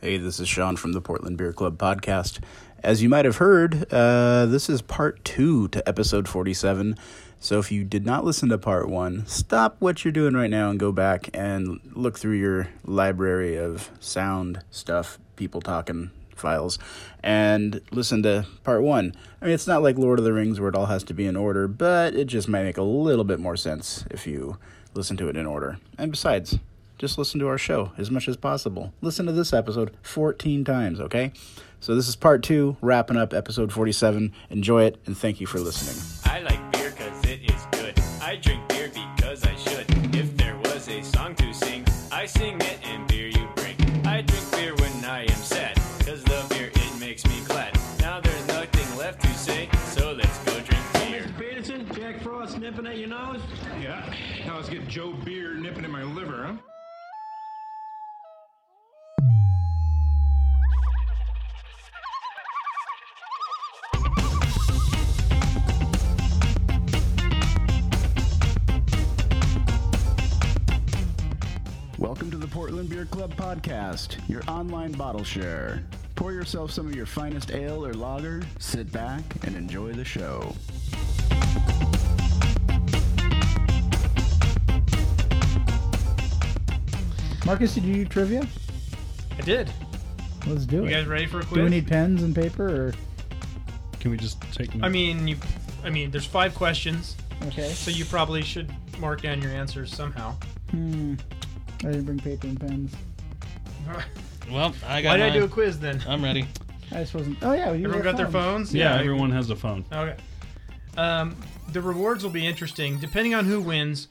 Hey, this is Sean from the Portland Beer Club podcast. As you might have heard, uh, this is part two to episode 47. So if you did not listen to part one, stop what you're doing right now and go back and look through your library of sound stuff, people talking files, and listen to part one. I mean, it's not like Lord of the Rings where it all has to be in order, but it just might make a little bit more sense if you listen to it in order. And besides, just listen to our show as much as possible. Listen to this episode 14 times, okay? So this is part two, wrapping up episode 47. Enjoy it, and thank you for listening. I like beer 'cause it is good. I drink beer because I should. If there was a song to sing, I sing it and beer you bring. I drink beer when I am sad, 'cause the beer it makes me glad. Now there's nothing left to say, so let's go drink beer. Peterson, Jack Frost nipping at your nose. Yeah. Now let's get Joe Beer nipping in my liver, huh? Welcome to the Portland Beer Club podcast, your online bottle share. Pour yourself some of your finest ale or lager, sit back, and enjoy the show. Marcus, did you do trivia? I did. Let's do You it. guys ready for a quiz? do we need pens and paper or Can we just take? I mean, you. I mean, there's five questions, okay? so you probably should mark down your answers somehow. Hmm. I didn't bring paper and pens. Why well, I got. did I mine. do a quiz then? I'm ready. I just wasn't. Oh yeah, you Everyone got their phones? Yeah, everyone has a phone. Okay. Um, the rewards will be interesting depending on who wins.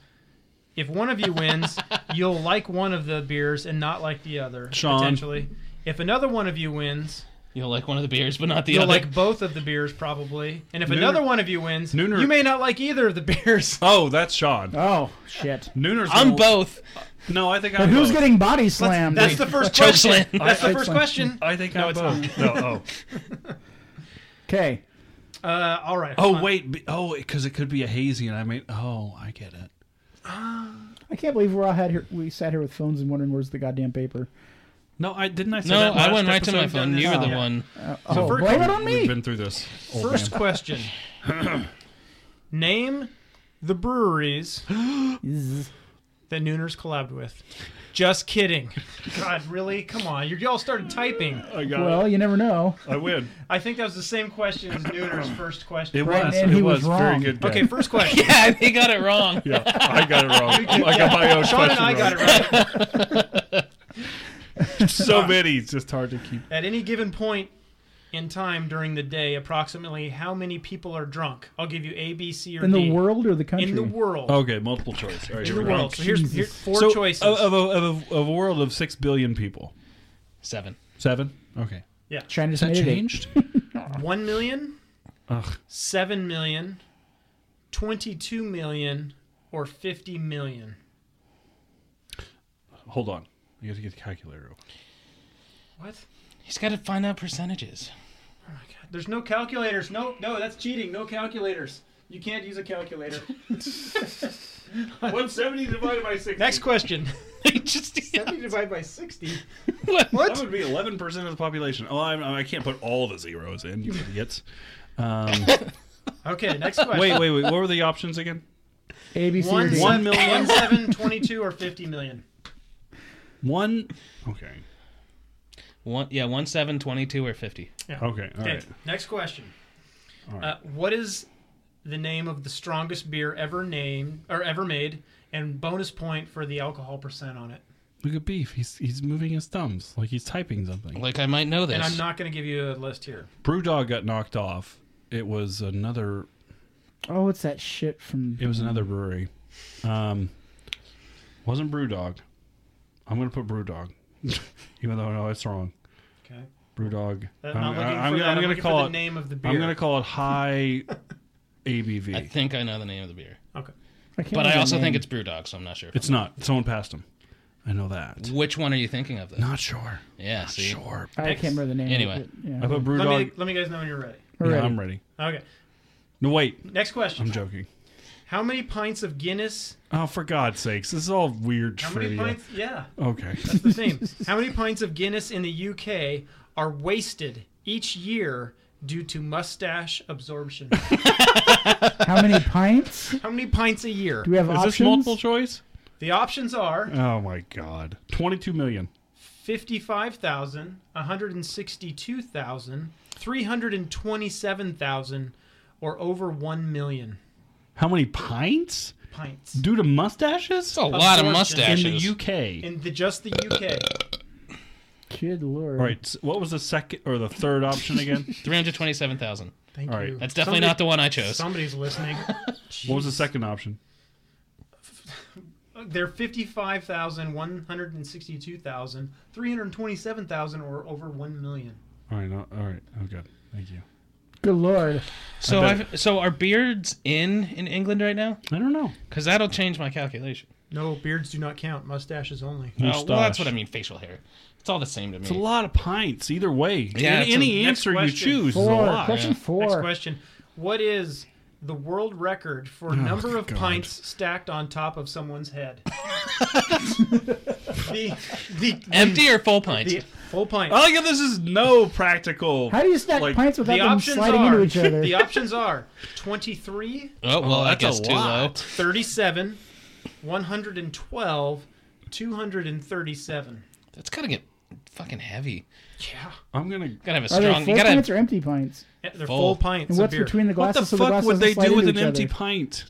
If one of you wins, you'll like one of the beers and not like the other Sean. potentially. If another one of you wins, You'll like one of the beers, but not the you'll other. like both of the beers probably. And if Nooner- another one of you wins, Nooner- you may not like either of the beers. oh, that's Sean. Oh shit! Nooner's. I'm gonna- both. No, I think But I'm. who's both. getting body slammed? That's the first Choke question. slam. That's the I- first I- question. I think No, I'm it's both. No, oh. okay. Uh, all right. hold Oh on. wait. b- Oh, because it could be a hazy, and I mean. Oh, I get it. I can't believe we're all had here. We sat here with phones and wondering where's the goddamn paper. No, I didn't. I say No, that I last went right to my episode? phone. You were the Yeah. one. Oh, first- blame it on We've me. been through this. old First man. question. Name the breweries that Nooners collabed with. Just kidding. God, really? Come on. You all started typing. I got Well, it. you never know. I win. I think that was the same question as Nooner's first It question. was. and it he was was, very wrong. good. guy. Okay, first question. Yeah, they got it wrong. Yeah, I got it wrong. I got my own Sean and question I got wrong. it right. So many. It's just hard to keep. At any given point in time during the day, approximately how many people are drunk? I'll give you A, B, C, or In D. the world or the country? In the world. Okay, multiple choice. All right, In here the we go. world. So here's, here's four So, choices. Of, of, a, of, a, of a world of six billion people. Seven. Seven? Okay. China Has just that made it eight. changed? 1 million, Ugh. 7 million, 22 million, or 50 million? Hold on. You got to get the calculator open. What? He's got to find out percentages. Oh my God. There's no calculators. No, no, that's cheating. No calculators. You can't use a calculator. 170 divided by 60. Next question. He just divided by 60. what? That would be 11% of the population. Oh, I, I can't put all the zeros in, you idiots. Um, Okay, next question. wait, wait, wait. What were the options again? A, B, C, or One, D. one million, one seven, 22, or 50 million? One. Okay. One, yeah, one seven, twenty-two, or fifty. Okay. All Okay, right. next question. All right. Uh, what is the name of the strongest beer ever named or ever made? And bonus point for the alcohol percent on it. Look at Beef. He's he's moving his thumbs like he's typing something. Like I might know this. And I'm not going to give you a list here. Brewdog got knocked off. It was another Oh, it's that shit from. It was another brewery. Um, wasn't BrewDog. I'm gonna put BrewDog, even though I know it's wrong. Okay. BrewDog. I'm, I'm, not looking for I'm gonna- that. I'm I'm gonna looking call for it. the name of the beer. I'm gonna call it high ABV. I think I know the name of the beer, Okay. can't but remember I the also name. think it's BrewDog, so I'm not sure. if it's I'm- not. Someone passed him. I know that. Which one are you thinking of, though? Not sure. yeah, see, Sure. I can't remember the name. of Anyway. it, yeah. I put Let me BrewDog. let me guys know when you're ready. Yeah, Alright. I'm ready. Okay. No, wait. Next question. I'm joking. How many pints of Guinness? Oh, for God's sakes, this is all weird How many trivia. pints? Yeah, Okay. it's the same. How many pints of Guinness in the UK are wasted each year due to mustache absorption? How many pints? How many pints a year? Do we have Is options? this multiple choice? The options are Oh my God. 22 million. 55,000, 162,000, 327,000, or over 1 million How many pints? pints. Due to mustaches? a lot Absorption. of in mustaches. the UK. in the, just the UK. Kid lord. all right. s- What was the second or the third option again? 327,000. Thank All right. you. That's definitely not the one I chose. Somebody's listening. what was the second option? They're 55,000, 162,000, 327,000, or over 1 million. All right. no- all right. Oh, good. Thank you. Good lord. So bet- I've, so are beards in in England right now? I don't know. Because that'll change my calculation. No, beards do not count. Mustaches only. Oh, well, that's Mustache. what I mean. Facial hair. It's all the same to me. It's a lot of pints either way. Yeah, Any- it's a- any next answer you question. choose is a Four. lot. Question Next four. question. What is the world record for Oh, number of God. pints stacked on top of someone's head? the, the, Empty or full pint? the full pint. I Oh, like how this is no practical. How do you stack Like, pints without the them options sliding are into each other? the options are 23, oh well, Oh, I that's a guess too low. lot. 37, 112, 237. That's gotta get fucking heavy. Yeah. I'm gonna. Gotta have a Are they strong. full You gotta pints have or empty pints? Yeah, Eh, They're Full. full, pints. And of what's beer. between the What glasses the so the fuck glasses would they slide do with an into each empty other? pint?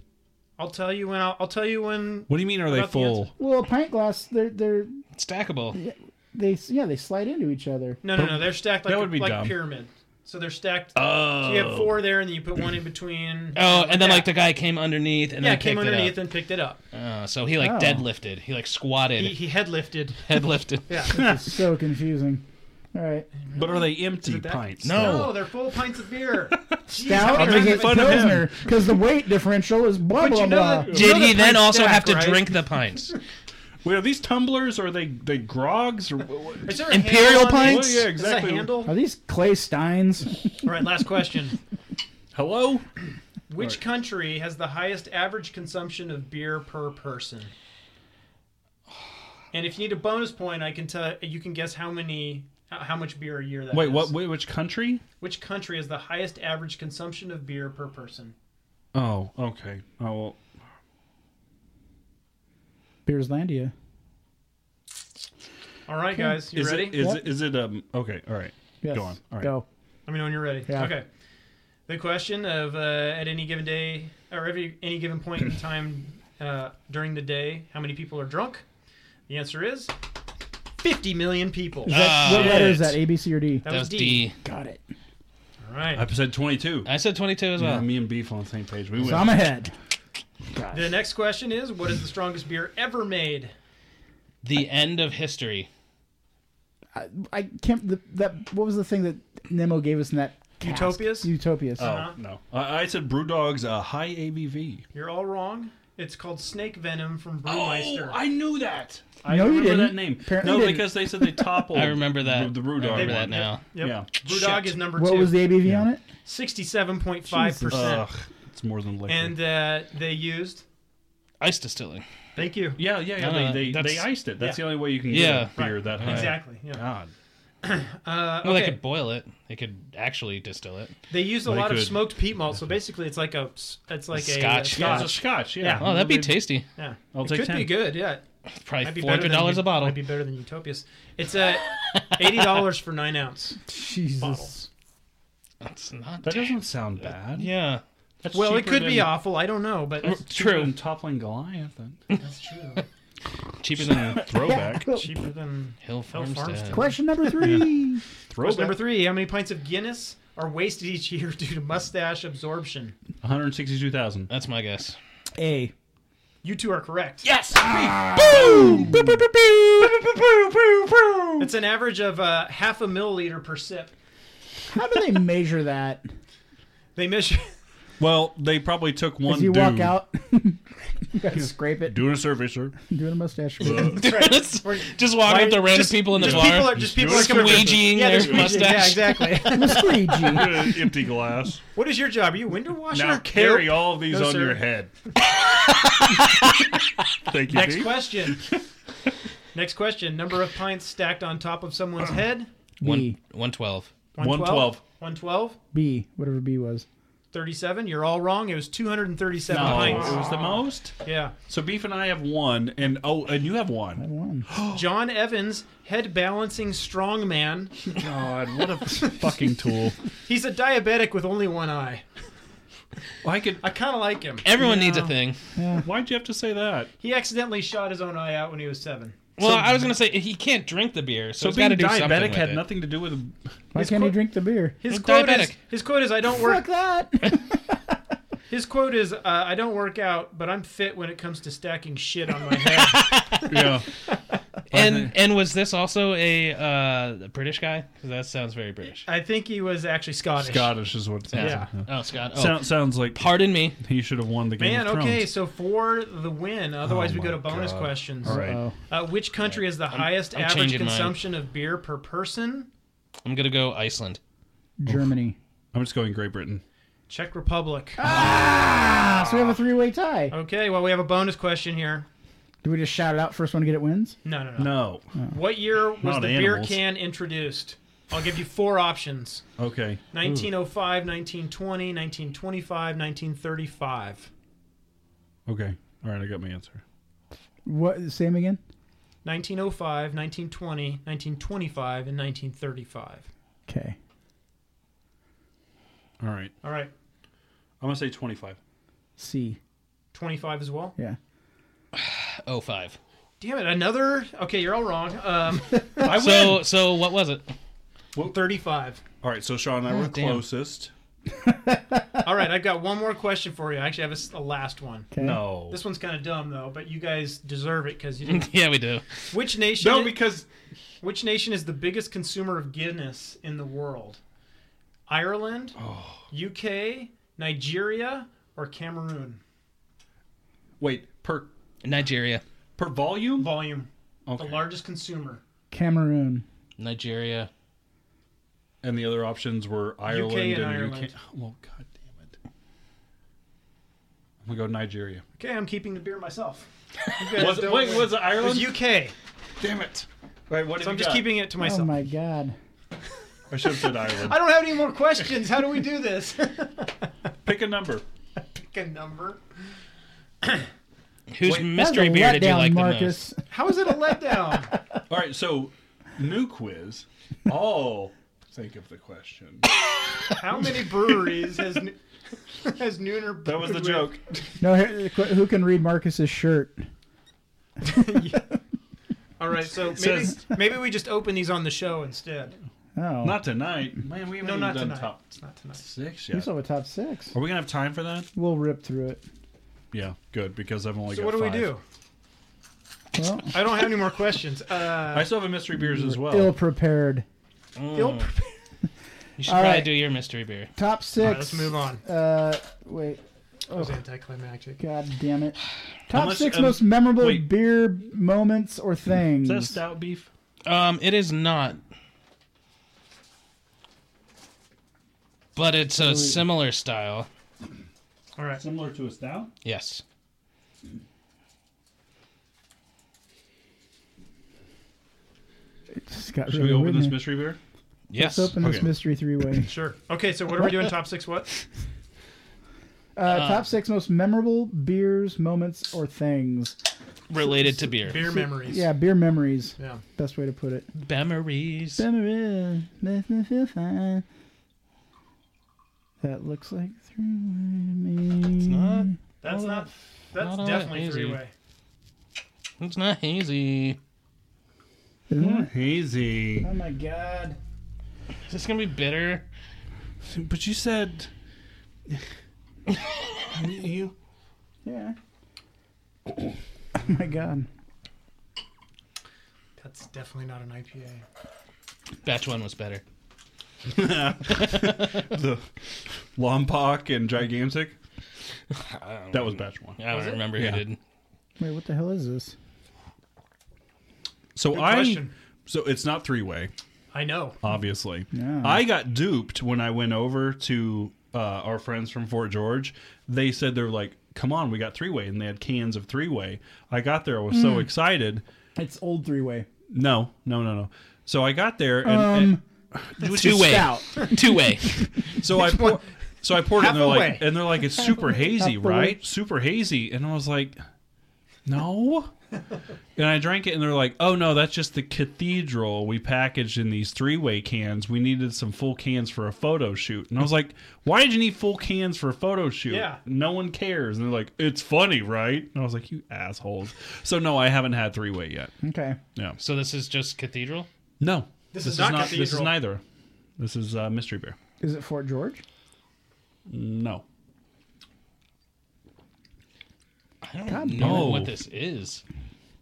I'll tell you when. I'll, I'll tell you when. What do you mean? Are they about the full? answer? Well, a pint glass, they're they're stackable. they yeah they slide into each other. No, no, no. They're stacked like That a- would be like a dumb. pyramid. So they're stacked. Oh. So you have four there, and then you put one in between. Oh, and then that. like the guy came underneath and yeah, then came picked it up. underneath and picked it up. Oh, so he like Oh. deadlifted. He like squatted, He, he head lifted. headlifted. Yeah. It's so confusing. All right. But are they empty that- pints? No. No, they're full pints of beer. Jeez, Stout how or many times is it have I- fun of him? Pilsner? Because the weight differential is blah But blah you know blah. that- you Did know he the then pints also stack, have to right? drink the pints? Wait, are these tumblers? Or are they they grogs? Or what- Is there a handle Imperial on these? pints? Is Well, yeah, that a exactly. handle? Are these clay steins? All right, last question. hello? Which country has the highest average consumption of beer per person? And if you need a bonus point, I can tell you can guess how many how- how much beer a year that Wait, is. what? Wait, which country? Which country has the highest average consumption of beer per person? Oh, okay. Oh, well, Beerslandia. All right, guys, you is ready? it is Yep. it is it um? Okay, all right. Yes. Go on. All right. Go. Let me know when you're ready. Yeah. Okay. The question of uh, at any given day or every any given point in time uh, during the day, how many people are drunk? The answer is 50 million people. Is that, Ah, what shit. letter is that? A B C or D? That That was was D. D. Got it. All right. I've said twenty-two. I said 22 as Yeah, Uh. well. me and Beef on the same page. We win. So I'm ahead. The next question is what is the strongest beer ever made? the end of history. I, I can't. The, that what was the thing that Nemo gave us in that? cask? Utopias? Utopias. Oh no! I, I said Brewdog's a high ABV. You're all wrong. It's called Snake Venom from Brewmeister. Oh, I knew that. I No, you remember that didn't. name. Apparently no, you didn't. because they said they toppled. I remember that. The, the Brewdog I remember that one. now. Yep. Yeah. Brewdog Shit. is number what two. was the ABV on it? 67.5%. Ugh, it's more than liquor. and uh, they used. Ice distilling. Thank you. yeah, yeah, yeah. No, no, they they, that's- they iced it. Ah, That's yeah. the only way you can Yeah. get a beer Right. that high. Exactly. Yeah. God. Uh, okay. Well, they could boil it. They could actually distill it. They use a They lot of could- smoked peat malt, so basically it's like a s- it's like a Scotch. A Yeah, it's a scotch. Scotch. Yeah. Yeah. Oh, that'd be tasty. Yeah, I'll it take could be 10. good. Yeah, It's probably Might be four hundred better dollars than- a bottle. Might be better than Utopias. It's at eighty dollars for nine ounce Jesus. bottles. That's not. bad. That doesn't sound bad. Yeah. That's Well, it cheaper could be than- awful. I don't know, but that's cheaper True. than toppling Goliath. Then. that's true. Cheaper than Throwback. Cool. Cheaper than Hill Farmstead. Farmstead. Question number three. Throwback. number three. How many pints of Guinness are wasted each year due to mustache absorption? One hundred sixty-two thousand. That's my guess. A. You two are correct. Yes. It's an average of uh, half a milliliter per sip. How do they measure that? They measure. Well, they probably took one. If you dude walk out, you gotta scrape it. doing a survey, sir. uh, Doing a mustache. shrub. just walk Why- up to random just- people in the just bar. People are, just people Just are come Ouijaing yeah, their just Ouijaing. Yeah, mustache. exactly. Squeegee. Empty glass. what is your job? Are you a window washer? Now carry Nope. all of these No, on sir. your head. Thank you. Next Pete. question. Next question. Number of pints stacked on top of someone's head. One, B. 112. 112. 112. B. Whatever B was. 37. You're all wrong. It was 237 Oh, pints. it was the most. Yeah. So Beef and I have one, and oh, and you have one. One. John Evans, head balancing strongman. God, what a fucking tool! He's a diabetic with only one eye. Well, I could. I kind of like him. Everyone needs a thing. Why'd you have to say that? He accidentally shot his own eye out when he was seven. Well, I was gonna say he can't drink the beer, so, So he's got being to do something diabetic with had it. nothing to do with. Why His can't he quote- drink the beer? His He's quote is, diabetic. his quote is I don't Fuck work that. his quote is uh, I don't work out, but I'm fit when it comes to stacking shit on my head. Yeah. And and was this also a uh, British guy? 'Cause that sounds very British. I think he was actually Scottish. Scottish is what it sounds. Yeah. like. Oh, Scott. Oh, Sound, sounds like pardon me. he should have won the game. Man, of okay, Thrones. so for the win, otherwise Oh we go to my bonus God. questions. All right. Oh, Uh, which country has the highest I'm average changing mine. consumption of beer per person? I'm gonna go Iceland. Germany. I'm just going Great Britain. Czech Republic. Ah, so we have a three-way tie. Okay, well, we have a bonus question here. Do we just shout it out? First one to get it wins. No, no, no. No. What year was Not the animals. beer can introduced? I'll give you four options Okay. 1905, 1920, 1925, 1935. Okay. All right. I got my answer. What? Same again. 1905, 1920, 1925, and 1935. Okay. All right. All right, I'm gonna say 25. C. 25 as well. Yeah. Oh five. Damn it, another. Okay, you're all wrong. Um, I win. So so what was it? 35. All right. So Sean and I were damn. closest. All right, I've got one more question for you. I actually have a s- a, last one. Okay. No. This one's kind of dumb though, but you guys deserve it because you didn't. yeah, we do. Which nation? no, because Which nation is the biggest consumer of Guinness in the world? Ireland, Oh. UK, Nigeria, or Cameroon? wait per Nigeria, per volume. Volume, Okay. the largest consumer. Cameroon. Nigeria. and the other options were Ireland and and, Ireland. UK. Well, Oh, god damn it. I'm gonna go Nigeria. Okay, I'm keeping the beer myself. Was it, wait, was it It Ireland? was UK, Damn it. Right, what so I'm just keeping it to Oh myself. my God. I should have said Ireland. I don't have any more questions. How do we do this? Pick a number. Pick a number. Whose That was mystery a beer did you letdown, like the most? Marcus. How is it a letdown? All right, so new quiz. All think of the question. How many breweries has Nu- has Nooner? That was the joke. No, here- qu- who can read Marcus's shirt? All right, so maybe, says- maybe we just open these on the show instead. Oh, Not tonight. Man, we haven't No, even not done tonight. top It's not tonight. six we yet. still have a top six. Are we gonna have time for that? We'll rip through it. Yeah, good because I've only So got what do we five. do? Well, I don't have any more questions. Uh, I still have a mystery beers as well. ill prepared. Bill, You should All probably right. do your mystery beer. Top six. right, let's move on. Uh, wait. That was anticlimactic. God damn it. Top Unless- six um, most memorable wait. uh, beer moments or things. Is that stout beef? Um, it is not. But it's a similar style. All right. Similar to a stout? Yes. It just got Should really we open this weird. mystery beer? Yes. Let's open this Okay. mystery three way. Sure. Okay, so what are we doing? Top six what? Uh, Ah. top six most memorable beers, moments, or things. Related to beer. Beer memories. Yeah, beer memories. Yeah. Best way to put it. Memories. Memories makes me feel fine. That looks like three me. Not, That's not. That's Not all that definitely easy. three way. it's not hazy. Isn't it? Hazy. Oh my god. Is this gonna be bitter? But you said you Yeah. oh my god. That's definitely not an IPA. Batch one was better. the Lompoc and Gigantic. That was batch one. I don't remember Yeah. who did. Wait, what the hell is this? So Good I question. so it's not three way, I know. obviously. No. I got duped when I went over to uh, our friends from Fort George. They said they're like, "Come on, we got three way," and they had cans of three way. I got there, I was so excited. It's old three way. No, no, no, no. So I got there, and, Two way, Stout. two way. and so I pour, so I poured, it and they're Halfway. like, and they're like, "It's super hazy, Halfway. right? Super hazy," and I was like, "No." And I drank it, and they're like, "Oh no, that's just the cathedral we packaged in these three-way cans. We needed some full cans for a photo shoot." And I was like, "Why did you need full cans for a photo shoot? Yeah. No one cares." And they're like, "It's funny, right?" And I was like, "You assholes!" So no, I haven't had three-way yet. Okay. Yeah. So this is just Cathedral. No, This is not This is Cathedral. neither. This is uh, mystery beer. Is it Fort George? No. I don't God know no. what this is.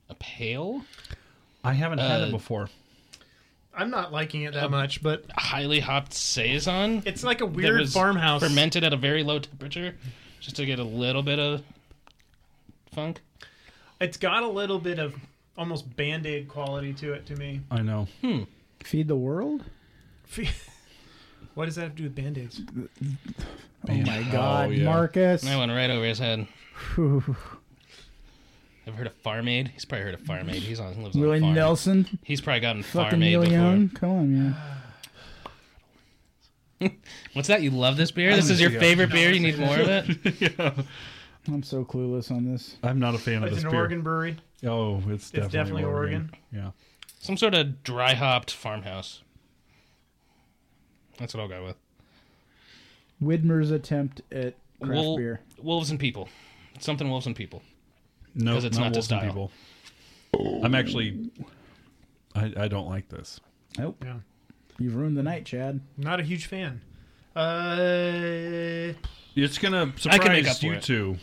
A pail? I haven't had it Uh, before. I'm not liking it that much, but A highly hopped saison it's like a that weird was farmhouse. fermented at a very low temperature, just to get a little bit of funk. It's got a little bit of almost band aid quality to it to me. I know. Feed the world? what does that have to do with band aids? Oh my God, yeah. Marcus. That went right over his head. Phew. Ever heard of farm aid? He's probably heard of farm aid. He's on lives on Willie a farm. Nelson. He's probably gotten Fucking farm aid Neil before. Young. Come on, man. What's that? You love this beer? This is your Yeah. favorite beer. You need more of it. I'm so clueless on this. I'm not a fan of It's this an beer. Oregon brewery. Oh, it's, definitely, definitely Oregon. Yeah. Some sort of dry hopped farmhouse. That's what I'll go with. Widmer's attempt at craft Wol- beer. Wolves and people. something wolves and people. No, 'Cause it's not to Wolf and style. People. I'm actually. I, I don't like this. Nope. Yeah. You've ruined the night, Chad. Not a huge fan. Uh, It's gonna surprise I can make up for you it. two.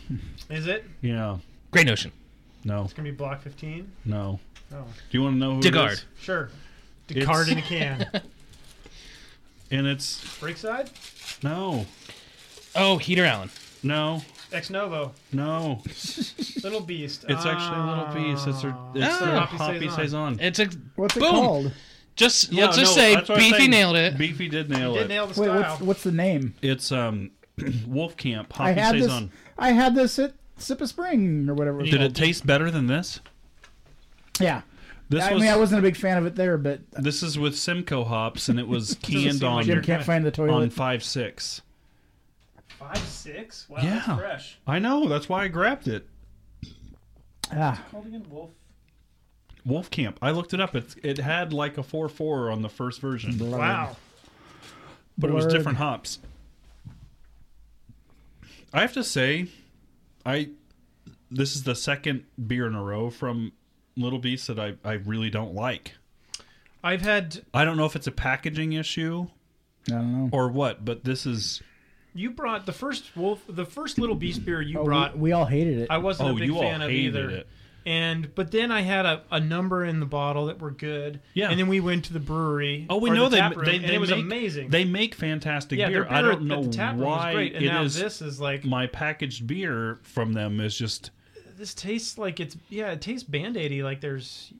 is it? Yeah. Great notion. No. Gonna be block 15? No. Oh, Do you want to know who It Degard. is? sure. Descartes in a can. And it's Breakside? no, Oh, Heater Allen. no, Ex Novo. no. Little Beast. Ah. It's actually a little piece. It's their it's their Ah. hoppy Hoppy saison. saison. It's a What's it Boom. called? just Yeah, let's just no, say that's what I'm Beefy saying. nailed it. Beefy did nail Did it. nail the Wait, style. what's what's the name? It's um, Wolf Camp I Hoppy had this. Saison. I had this at Sip of Spring or whatever. It was Did called. it taste better than this? Yeah. This I was mean, I wasn't a big fan of it there, but this is with Simcoe hops, and it was canned seem on like Jim can't find the on toilet. five six. Five, six? Wow, Yeah. that's fresh. I know. That's why I grabbed it. Ah, Holding in Wolf. Wolf Camp. I looked it up. It's it had like a four four on the first version, Wow. but it was Blurred. different hops. I have to say, I this is the second beer in a row from Little Beast that I I really don't like. I've had. I don't know if it's a packaging issue I don't know. or what, but this is You brought the first Wolf, the first Little Beast beer you Oh, brought. we, we all hated it. I wasn't oh a big you all fan of hated either. it. And but then I had a, a number in the bottle that were good. Yeah. And then we went to the brewery. Oh, we or know the they, tap room, they, and they it was make, amazing. They make fantastic yeah, beer. their beer I don't at know the tap room why was great. And it now is- this is like my packaged beer from them is just this tastes like it's yeah, it tastes band aidy. Like there's,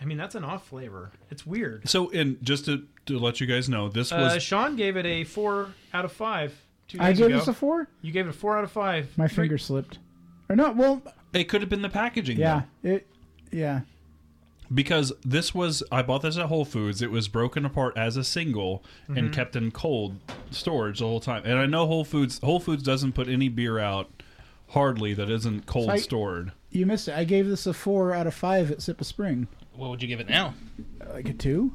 I mean that's an off flavor. It's weird. so. And just to, to let you guys know, this was uh, Sean gave it a four out of five. Two days I gave ago. this a four. You gave it a four out of five. My finger slipped. Or no, well, it could have been the packaging. yeah, though. it, yeah. because this was I bought this at Whole Foods. It was broken apart as a single Mm-hmm. and kept in cold storage the whole time. And I know Whole Foods Whole Foods doesn't put any beer out hardly that isn't cold So I- stored. You missed it. I gave this a four out of five at Sip of Spring. What would you give it now? Like a two.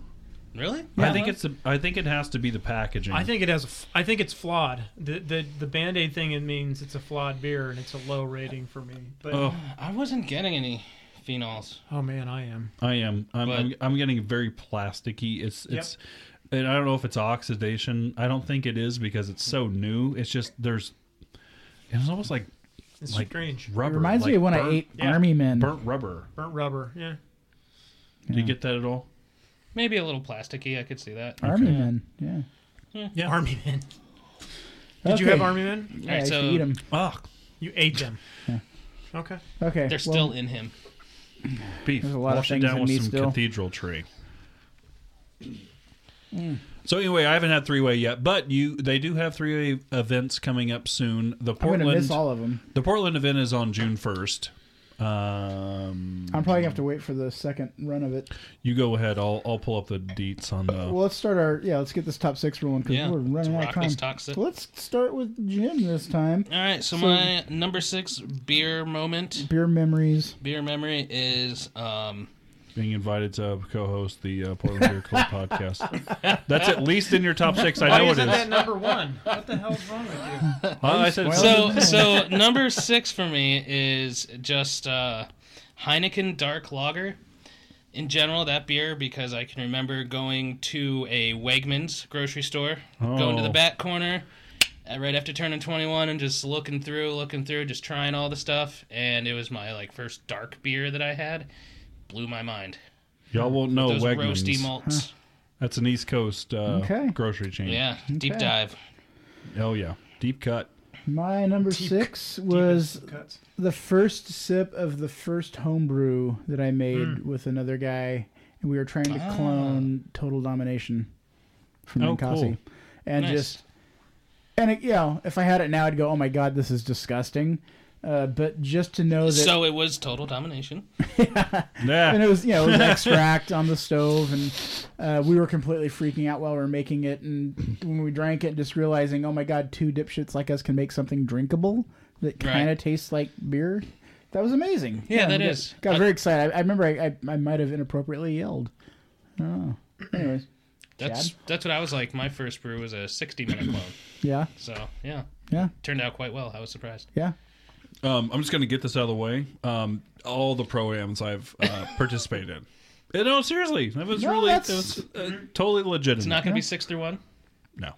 Really? I think it's the, I think it has to be the packaging. I think it has. A f- I think it's flawed. The the the band aid thing. It means it's a flawed beer and it's a low rating for me. But Oh. oh, I wasn't getting any phenols. man, I am. I am. I'm, But- I'm. I'm getting very plasticky. It's. Yep. It's. And I don't know if it's oxidation. I don't think it is because it's so new. It's just there's. It's almost like It's Like- strange. It rubber. reminds me like of when I burnt- ate yeah, Army Men. burnt rubber. Burnt rubber. Yeah. Do you get that at all? Maybe a little plasticky. I could see that. Army Men. Yeah. Yeah. Army man. Did you have Okay. army men? Yeah, Alright, I should so eat 'em. Ah, Oh, You ate them. Okay. Okay. They're well, still in him. beef. There's a lot of Wash it things down in with me some still. cathedral tree. Mm. So anyway, I haven't had three way yet, but you they do have three way events coming up soon. The I'm Portland gonna miss all of them. the Portland event is on June first. Um, I'm probably gonna have to wait for the second run of it. you go ahead. I'll I'll pull up the deets on uh, the. Well, let's start our yeah. Let's get this top six rolling because Yeah, we're let's running out of rock time. this top six. So let's start with Jim this time. All right, so, So- my number six beer moment, Beer memories. beer memory is um, being invited to co-host the uh, Portland Beer Club podcast. That's at least in your top six. I Why know it isn't is. that number one? What the hell's wrong with you? Huh? I said so so number six for me is just uh, Heineken Dark Lager. In general, that beer because I can remember going to a Wegmans grocery store, going to Oh. the back corner uh, right after turning 21 and just looking through, looking through, just trying all the stuff, and it was my like first dark beer that I had. Blew my mind. y'all won't know Those roasty Oh, Wegmans. malts. That's an East Coast uh, Okay. grocery chain. Yeah, deep Okay. dive. Oh yeah, deep cut. My number six was Cuts. the first sip of the first homebrew that I made Hmm. with another guy, and we were trying to Ah. clone Total Domination from Oh, Ninkasi. cool. And Nice. just, and it, you know, if I had it now, I'd go, "Oh my god, this is disgusting." Uh, but just to know that, So it was total domination. Yeah. and it was you know it was extract on the stove, and uh, we were completely freaking out while we were making it, and when we drank it, just realizing, "Oh my god, two dipshits like us can make something drinkable that Right. kind of tastes like beer." That was amazing. Yeah, that we got- is. Got, I- very excited. I, I remember I, I, I might have inappropriately yelled. Oh, anyways, That's that's what I was like. My first brew was a 60 minute clone. yeah, So yeah, yeah, turned out quite well. I was surprised. yeah. Um, I'm just gonna get this out of the way. Um, all the proams I've uh, participated. in. Uh, No, seriously, that was No, really that's- that was, uh, totally legitimate. It's not going to be six through one. no.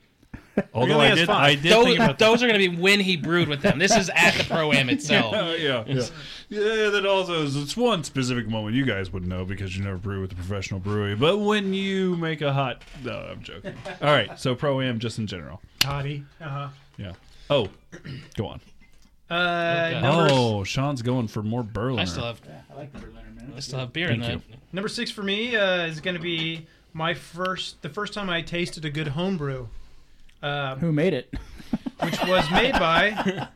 Although Really I is did, fun. I did Those, think about those are going to be when he brewed with them. This is at the pro am itself. Uh, yeah, yeah. yeah. That also is it's one specific moment you guys would know because you never brew with a professional brewery. But when you make a hot, no, I'm joking. All right, so pro am just in general. Toddy. Uh-huh. Yeah. Oh, go on. Uh Okay. number, Oh, Sean's going for more Berliner. I still have I like the Berliner man. I still have beer in Thank that. number six for me uh, is going to be my first, the first time I tasted a good homebrew, uh, Who made it? which was made by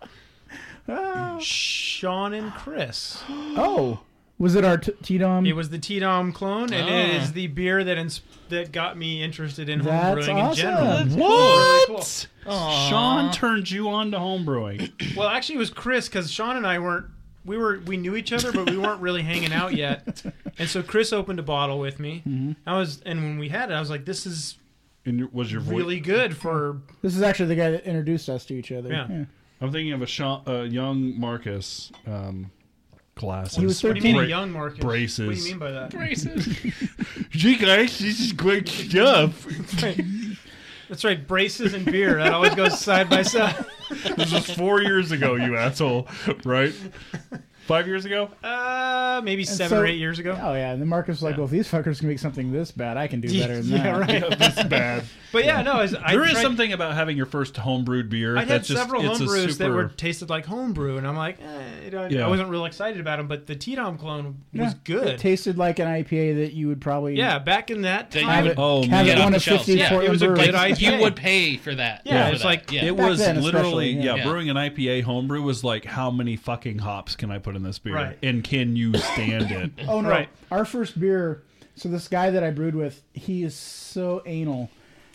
Sean and Chris. Oh, was it our t- T-Dom? It was the T Dom clone, and it Ah. is the beer that ins- that got me interested in home That's brewing in awesome. general. What? Really Sean turned you on to homebrewing. Well, actually, it was Chris because Sean and I weren't. We were we knew each other, but we weren't really hanging out yet. And so Chris opened a bottle with me. I was, and when we had it, I was like, "This is And your- was your voice? really good for." This is actually the guy that introduced us to each other. Yeah. I'm thinking of a Sean, uh, young Marcus um, glasses. He was What do you mean, a Bra- young Marcus? braces. What do you mean by that? Gee, guys, this is great stuff. That's right, braces and beer. That always goes side by side. this was four years ago, you asshole. Right? Five years ago? Uh, maybe seven so- or eight years ago. Oh yeah, and then Marcus was like, "Well, if these fuckers can make something this bad, I can do better than that." Yeah, right. That's bad. But yeah, no, as, I There is tried- something about having your first homebrewed beer. I had that's just, several it's a homebrews that super- were tasted like homebrew, and I'm like, eh, you know, Yeah. I wasn't real excited about them. But the T Dom clone was Yeah. good. It tasted like an IPA that you would probably yeah, back in that That you time, would- Oh, have man. it off one the of shelves. fifty Yeah, it Portland was a good breweries. idea. You Yeah. would pay for that. Yeah, for it's that. like- yeah. It Back was then, literally, especially, yeah, yeah. Yeah. brewing an IPA homebrew was like, how many fucking hops can I put in this beer? Right. And can you stand it? Oh no, Right. our first beer. So this guy that I brewed with, he is so anal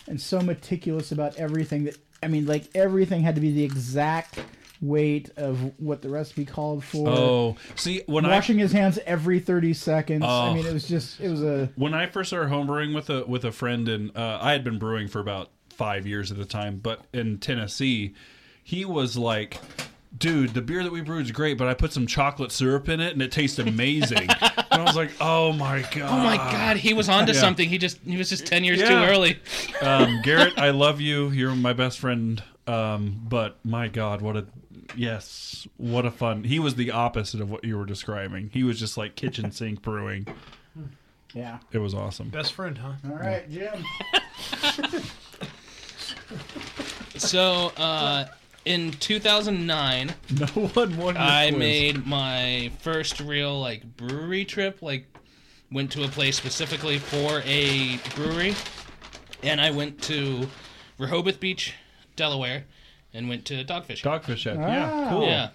and so meticulous about everything that I mean, like everything had to be the exact weight of what the recipe called for. Oh, see, when I Washing his hands every thirty seconds. Oh. I mean, it was just it was a when I first started homebrewing with a with a friend, and uh, I had been brewing for about five years at the time, but in Tennessee, he was like, "Dude, the beer that we brewed is great, but I put some chocolate syrup in it, and it tastes amazing." and I was like, "Oh my god!" Oh my god, he was onto something. He just he was just ten years too Yeah. early. um, Garrett, I love you. You're my best friend. Um, but my God, what a yes, what a fun. He was the opposite of what you were describing. He was just like kitchen sink brewing. yeah. It was awesome. best friend, huh? All right, Jim. So, uh, in 2009, No one won. I quiz. made my first real like brewery trip. Like, went to a place specifically for a brewery, and I went to Rehoboth Beach, Delaware, and went to dogfish. Dogfish Head. Yeah, Ah. cool. Yeah,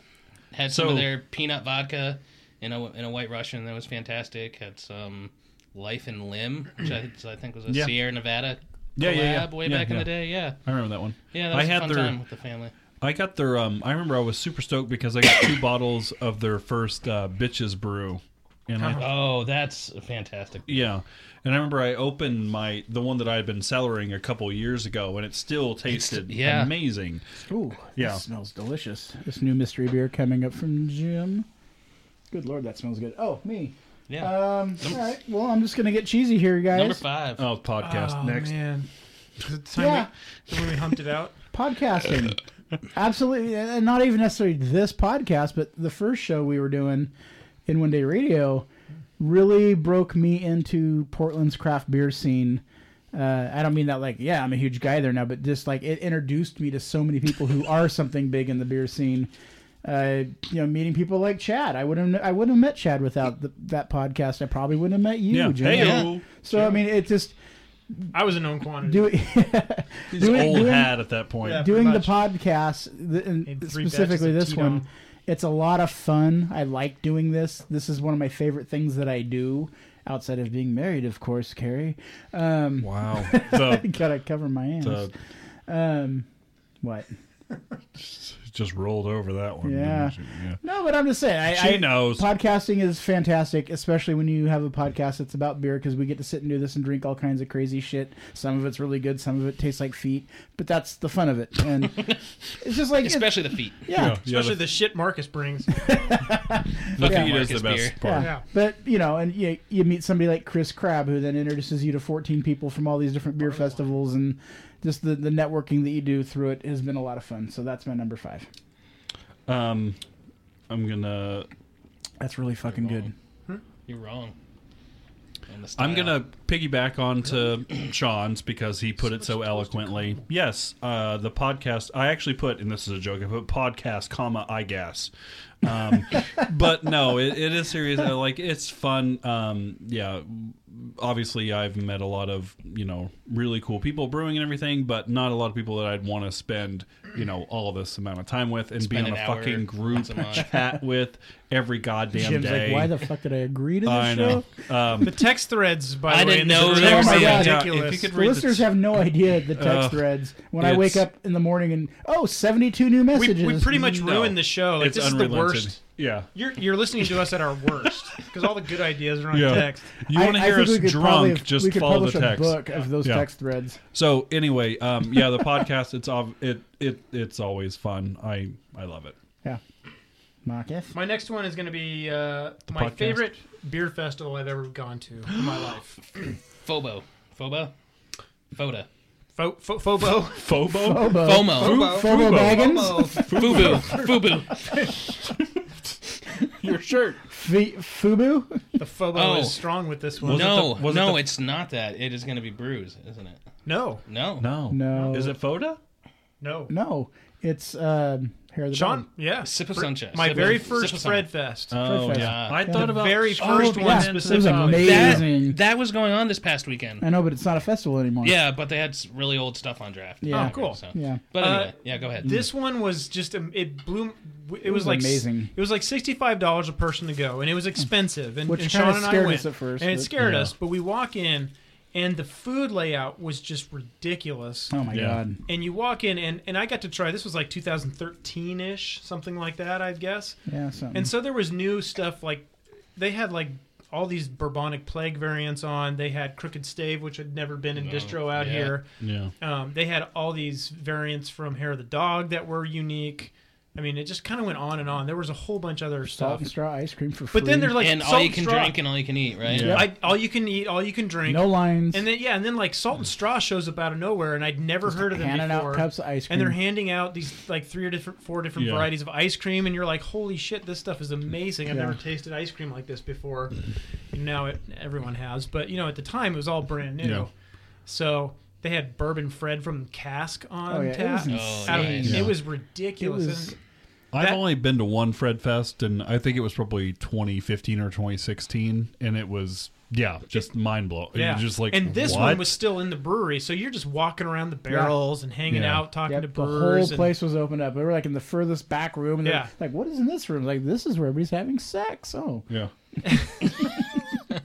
had some So- of their peanut vodka in a in a White Russian that was fantastic. Had some Life and Limb, which I, I think was a Yeah. Sierra Nevada Yeah, collab yeah, yeah. way Yeah, back in yeah. the day. Yeah, I remember that one. yeah, that was I a had fun their. time with the family. I got their. Um, I remember I was super stoked because I got two bottles of their first uh, bitches brew, and I Oh, that's fantastic. Yeah, and I remember I opened my the one that I had been cellaring a couple years ago, and it still tasted yeah. amazing. Ooh, Yeah. this smells delicious. This new mystery beer coming up from Jim. Good lord, that smells good. Oh, me. Yeah, Um, all right. Well, I'm just gonna get cheesy here, guys. number five. Oh, podcast Oh, next. man. Is it the time Yeah, we, the way we humped it out? podcasting. Absolutely, and not even necessarily this podcast, but the first show we were doing in One Day Radio really broke me into Portland's craft beer scene. Uh, I don't mean that like, yeah, I'm a huge guy there now, but just like it introduced me to so many people who are something big in the beer scene. Uh, you know, meeting people like Chad. I wouldn't. I wouldn't have met Chad without the, that podcast. I probably wouldn't have met you. Yeah, Jim. hey, So I mean, it just I was a known quantity. do he's doing- old doing- hat at that point. Yeah. doing the much. podcast, th- and And three specifically batches of this one, Tito. it's a lot of fun. I like doing this. This is one of my favorite things that I do outside of being married, of course, Carrie. Um, Wow, Oh. I the, gotta cover my ass. the, Um, what? just rolled over that one. Yeah. yeah. No, but I'm just saying. I, She I, knows. Podcasting is fantastic, especially when you have a podcast that's about beer, because we get to sit and do this and drink all kinds of crazy shit. Some of it's really good, some of it tastes like feet, but that's the fun of it. And it's just like, it's- Especially the feet. yeah, yeah, Especially the, the shit Marcus brings. the yeah. feed is Marcus the best beer. part. Yeah. But you know, and you, you meet somebody like Chris Crabb, who then introduces you to 14 people from all these different beer festivals, and just the, the networking that you do through it has been a lot of fun. So that's my number five. Um, I'm gonna That's really fucking good. You're wrong. And the I'm style. gonna piggyback on to Sean's because he put it so eloquently. Yes, uh, the podcast. I actually put, and this is a joke. I put podcast, comma I gas. Um, but no, it, it is serious. I Like it's fun. Um, yeah, obviously I've met a lot of you know really cool people brewing and everything, but not a lot of people that I'd want to spend you know all this amount of time with and Spend be on an a hour fucking group once a month. chat with every goddamn Jim's day. like, why the fuck did I agree to this I show? know. Um, The text threads, by I the way, didn't in this know room there are were so many. Yeah, ridiculous. if you could The read the listeners t- have no idea the text Ugh, threads. When I wake it's- up in the morning and oh, 72 new we, messages. Mm-hmm. we pretty much No. ruined the show. Like, it's this unrelenting. is the worst. Yeah. You're, you're listening to us at our worst because all the good ideas are on Yeah. text. You want to I- I hear think us we could probably drunk? have- we Just could follow publish the a text. book of those Yeah. text threads. So anyway, um, yeah, the podcast. It's ob- it it it's always fun. I I love it. Yeah, Marcus. My next one is going to be uh, my podcast. favorite beer festival I've ever gone to in my life. Phobo. Phobo? Foda. Fo- fo- Fobo. Phobo. Fobo. FOMO. Fobo Baggins. Fubu. Fubu. Your shirt. Fe- Fubu. The Fobo Oh. is strong with this one. Was it No, the- was it no, the- it's not that. It is going to be brews, isn't it? No. No. No. No. Is it Foda? No. No, it's um, Hair of the Sean, Dog. yeah. Sip of Fir- sunshine. My Sip very of- first sip of Uh, Fred Fest. Oh Fred Fest. yeah. I Yeah. thought The about very first yeah. one It Oh, was specifically. amazing. That, that was going on this past weekend. I know, but it's not a festival anymore. Yeah, but they had s- really old stuff on draft. Yeah. Oh, cool. So- Yeah. But Uh, anyway, yeah, go ahead. This one was just um, it blew. It, was was like s- amazing. Hmm. It was like sixty five dollars a person to go, and it was expensive. And, Which and kinda Sean and I scared went, us at first, and it but- scared Yeah. us. But we walk in, and the food layout was just ridiculous. Oh my Yeah. god. And you walk in, and, and I got to try. This was like 2013 ish, something like that, I guess. Yeah. Something. Hmm. And so there was new stuff like they had like all these bubonic plague variants on. They had crooked stave, which had never been in distro out Oh, yeah. here. Yeah. Um, they had all these variants from hair of the dog that were unique. I mean, it just kind of went on and on. There was a whole bunch other Salt stuff. and straw ice cream for free. But then there's like and salt all you can straw. drink and all you can eat, right? Yeah. I, all you can eat, all you can drink. no lines. And then yeah, and then like salt and straw shows up out of nowhere, and I'd never heard of them handing before. out cups of ice cream. and they're handing out these like three or different, four different Yeah. varieties of ice cream, and you're like, holy shit, this stuff is amazing. I've Yeah. never tasted ice cream like this before. And now it, everyone has, but you know, at the time it was all brand new. Yeah. So They had bourbon Fred from Cask on Oh, yeah, it tap. was Oh, Out of- nice. It was It ridiculous. was. And I've That- only been to one Fred Fest, and I think it was probably 2015 or 2016, and it was yeah, just mind blowing. Yeah, just like and this what? one was still in the brewery, so you're just walking around the barrels and hanging Yeah. out, talking Yep, to the brewers. whole and- place was opened up. We were like in the furthest back room. And Yeah. yeah. Like, what is in this room? Like, this is where everybody's having sex. Oh, yeah, barrel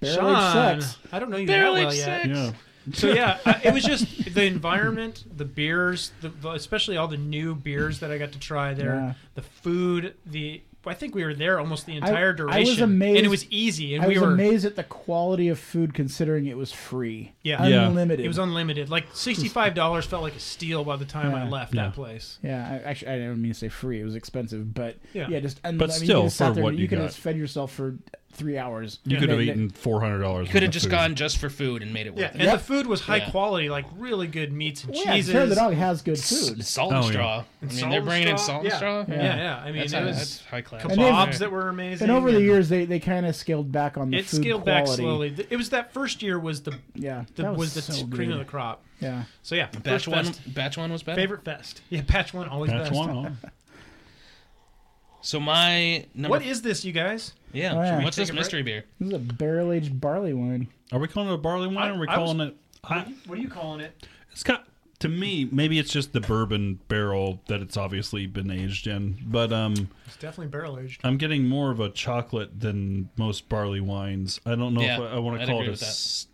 aged Sean, sex. I don't know you Barrel that well aged yet. sex. yeah. So yeah, I, it was just the environment, the beers, the, the- especially all the new beers that I got to try there, Yeah. the food, the. I think we were there almost the I- entire I was duration, and amazed- it was easy, and I we was were amazed at the quality of food considering it was free. Yeah. Yeah. Unlimited. It was unlimited. Like sixty-five dollars felt like a steal by the time I Yeah. left Yeah. that place. Yeah, I, actually, I didn't mean to say free. It was expensive, but Yeah. yeah, just un- But I mean, still, you for could sat there, what and you you could got. have fed yourself for three hours. You could have And- eaten four hundred dollars. Could have just gone just for food and made it worth Yeah, it. and the food was high Yeah. quality, like really good meats and Well, yeah, cheeses. Terra the dog has good S- food. Salt Oh, and yeah. straw. I mean, salt they're and bringing in straw? salt and Yeah. straw. Yeah. yeah, yeah. I mean, That's, it high, was that's high class. And they've- kebabs that were amazing. And over the and years, they, they kind of scaled back on the it food scaled quality. back slowly. Th- It was that first year was the, Yeah, the that was, was, the so cream good. of the crop. Yeah, So yeah, Batch first one, fest. batch one was better. favorite fest. Yeah, batch one always That's best. one. huh? So my number. What is this, you guys? yeah. Oh, yeah. What's Take this a break? mystery beer? this is a barrel aged barley wine. Are we calling it a barley wine? I- or Are we I was- calling it? I, What are you calling it? it's got to me. Maybe it's just the bourbon barrel that it's obviously been aged in, but um. It's definitely barrel aged. I'm getting more of a chocolate than most barley wines. I don't know Yeah, if I, I want to I'd call it agree a with that.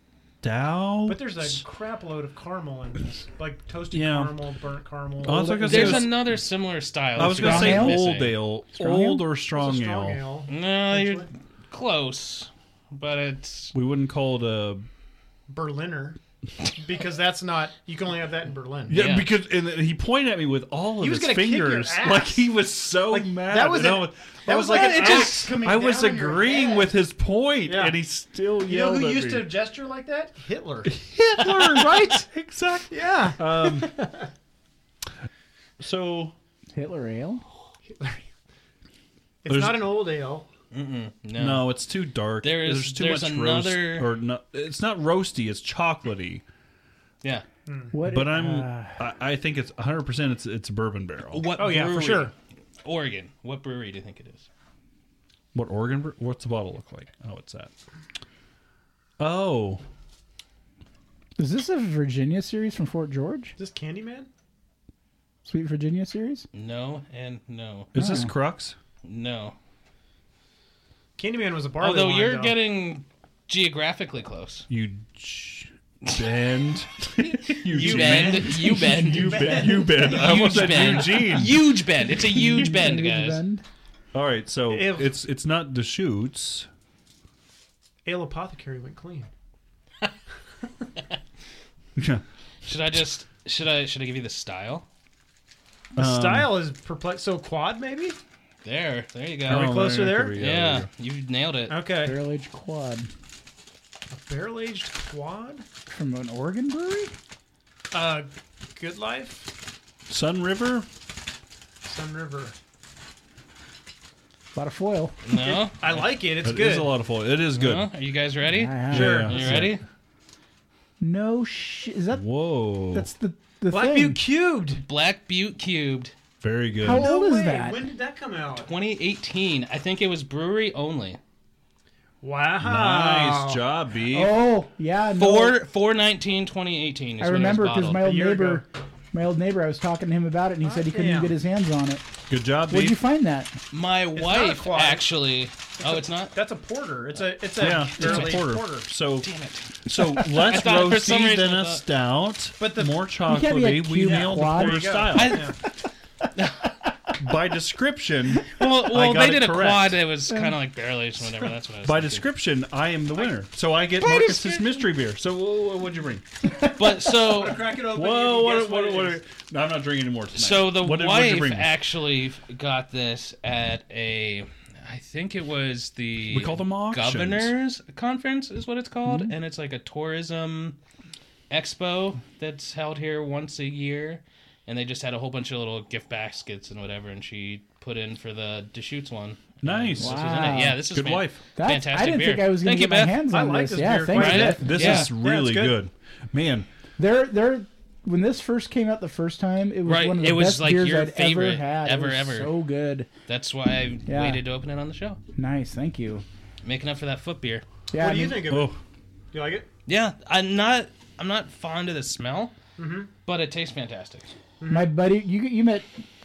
stout. But there's a crap load of caramel in this, like toasted Yeah. Oh, caramel, burnt caramel. I was gonna say, There's it was- another similar style. I was that going to you're say Strong missing. old ale, Strong old ale? or It's strong, a strong ale. ale. No, you're Actually. close, but it's We wouldn't call it a Berliner, because that's not. You can only have that in Berlin. yeah, Yeah. because and he pointed at me with all of He was his gonna kick your fingers, ass. like he was so Like, mad. that was and I a- oh, was, that I was like "Yeah, an it axe coming I was down on your agreeing head." with his point, Yeah. and he still You know yelled who at used me. to gesture like that? Hitler. Hitler, right? Exactly. yeah. So Hitler ale. it's there's- not an old ale. no. No, it's too dark. There is- there's too there's much another- roast, or no, it's not roasty. It's chocolatey. Yeah. What? But I'm, uh, Ah. I, I think it's 100. percent It's it's bourbon barrel. What Oh, yeah, for brewery? sure. Oregon. What brewery do you think it is? What Oregon? bre- What's the bottle look like? Oh, it's that. Oh, is this a Virginia series from Fort George? Is this Candyman? Sweet Virginia series. No and no, is Hmm. this Crux? no. Candyman was a barley Although wine, you're though. getting geographically close. You j- bend. you, You j- bend. You bend. You bend. You bend. I Huge almost said bend. Eugene. Huge bend. It's a huge bend, Huge guys. bend. All right, so Ew. it's it's not the shoots. Ale Apothecary went clean. Yeah. Should I just should I should I give you the style? The Um, style is perplex. So quad, maybe? There, there you go. Oh, closer there? we go, yeah, there you nailed it. Okay. Barrel aged quad Barrel aged quad? from an Oregon brewery. Uh, Good Life? we go. Sun River. Sun River. A lot of foil. No, I like it. It's It good. is a lot of fun. It is good. no? Are you guys ready? I have- Sure. Yeah. You ready? No shit. Is that Whoa. that's the the Black thing? Butte cubed. Black Butte Cubed, very good. How old Wait, is that? when did that come out? 2018. I think it was brewery only. Wow. Nice job, B. Oh yeah, no. Four four nineteen 2018 is I when remember it was bottled. because my old year neighbor, ago. my old neighbor, I was talking to him about it, and he said he couldn't damn. even get his hands on it. Good job, Where'd B. you find that? My a wife quad. actually. oh, it's not. That's a porter. It's a it's a yeah, it's a barrel-aged porter. porter. So Damn it. so less thought for some roasty reason than I a thought- stout, But the- more can't be a chocolatey. We cute nailed the quad. porter There you go. style. I- Yeah. by description, Well, well got they it did a correct. quad that was kind of like barrel aged and whatever. That's what I was by thinking. description, I am the winner. So I get Marcus's mystery beer. So wh- wh- what'd you bring? But so Crack it open. you Whoa! can What? guess What? what, it is. are- no, I'm not drinking anymore tonight. So the what did- what'd you wife bring? actually got this at a, I think it was the We call them auctions. Mm-hmm. governors conference is what it's called, and it's like a tourism expo that's held here once a year, and they just had a whole bunch of little gift baskets and whatever, and she put in for the Deschutes one. nice. This was in it. Yeah, this is Good fan- wife. That's, Fantastic I didn't beer. think I was Thank going to you, get my Beth. hands I on like this. this Yeah, beer thanks, quite a Beth. bit. This Yeah. is really Yeah, it's good. man. They're they're when this first came out the first time, it was Right, one of the it was best like beers your I'd favorite, ever had. It ever, was ever. so good. That's why I Yeah. waited to open it on the show. Nice, thank you. Making up for that foot beer. Yeah, what I do you mean, think of it? Oh, Do you like it? Yeah, I'm not. I'm not fond of the smell, but it tastes fantastic. My buddy, you you met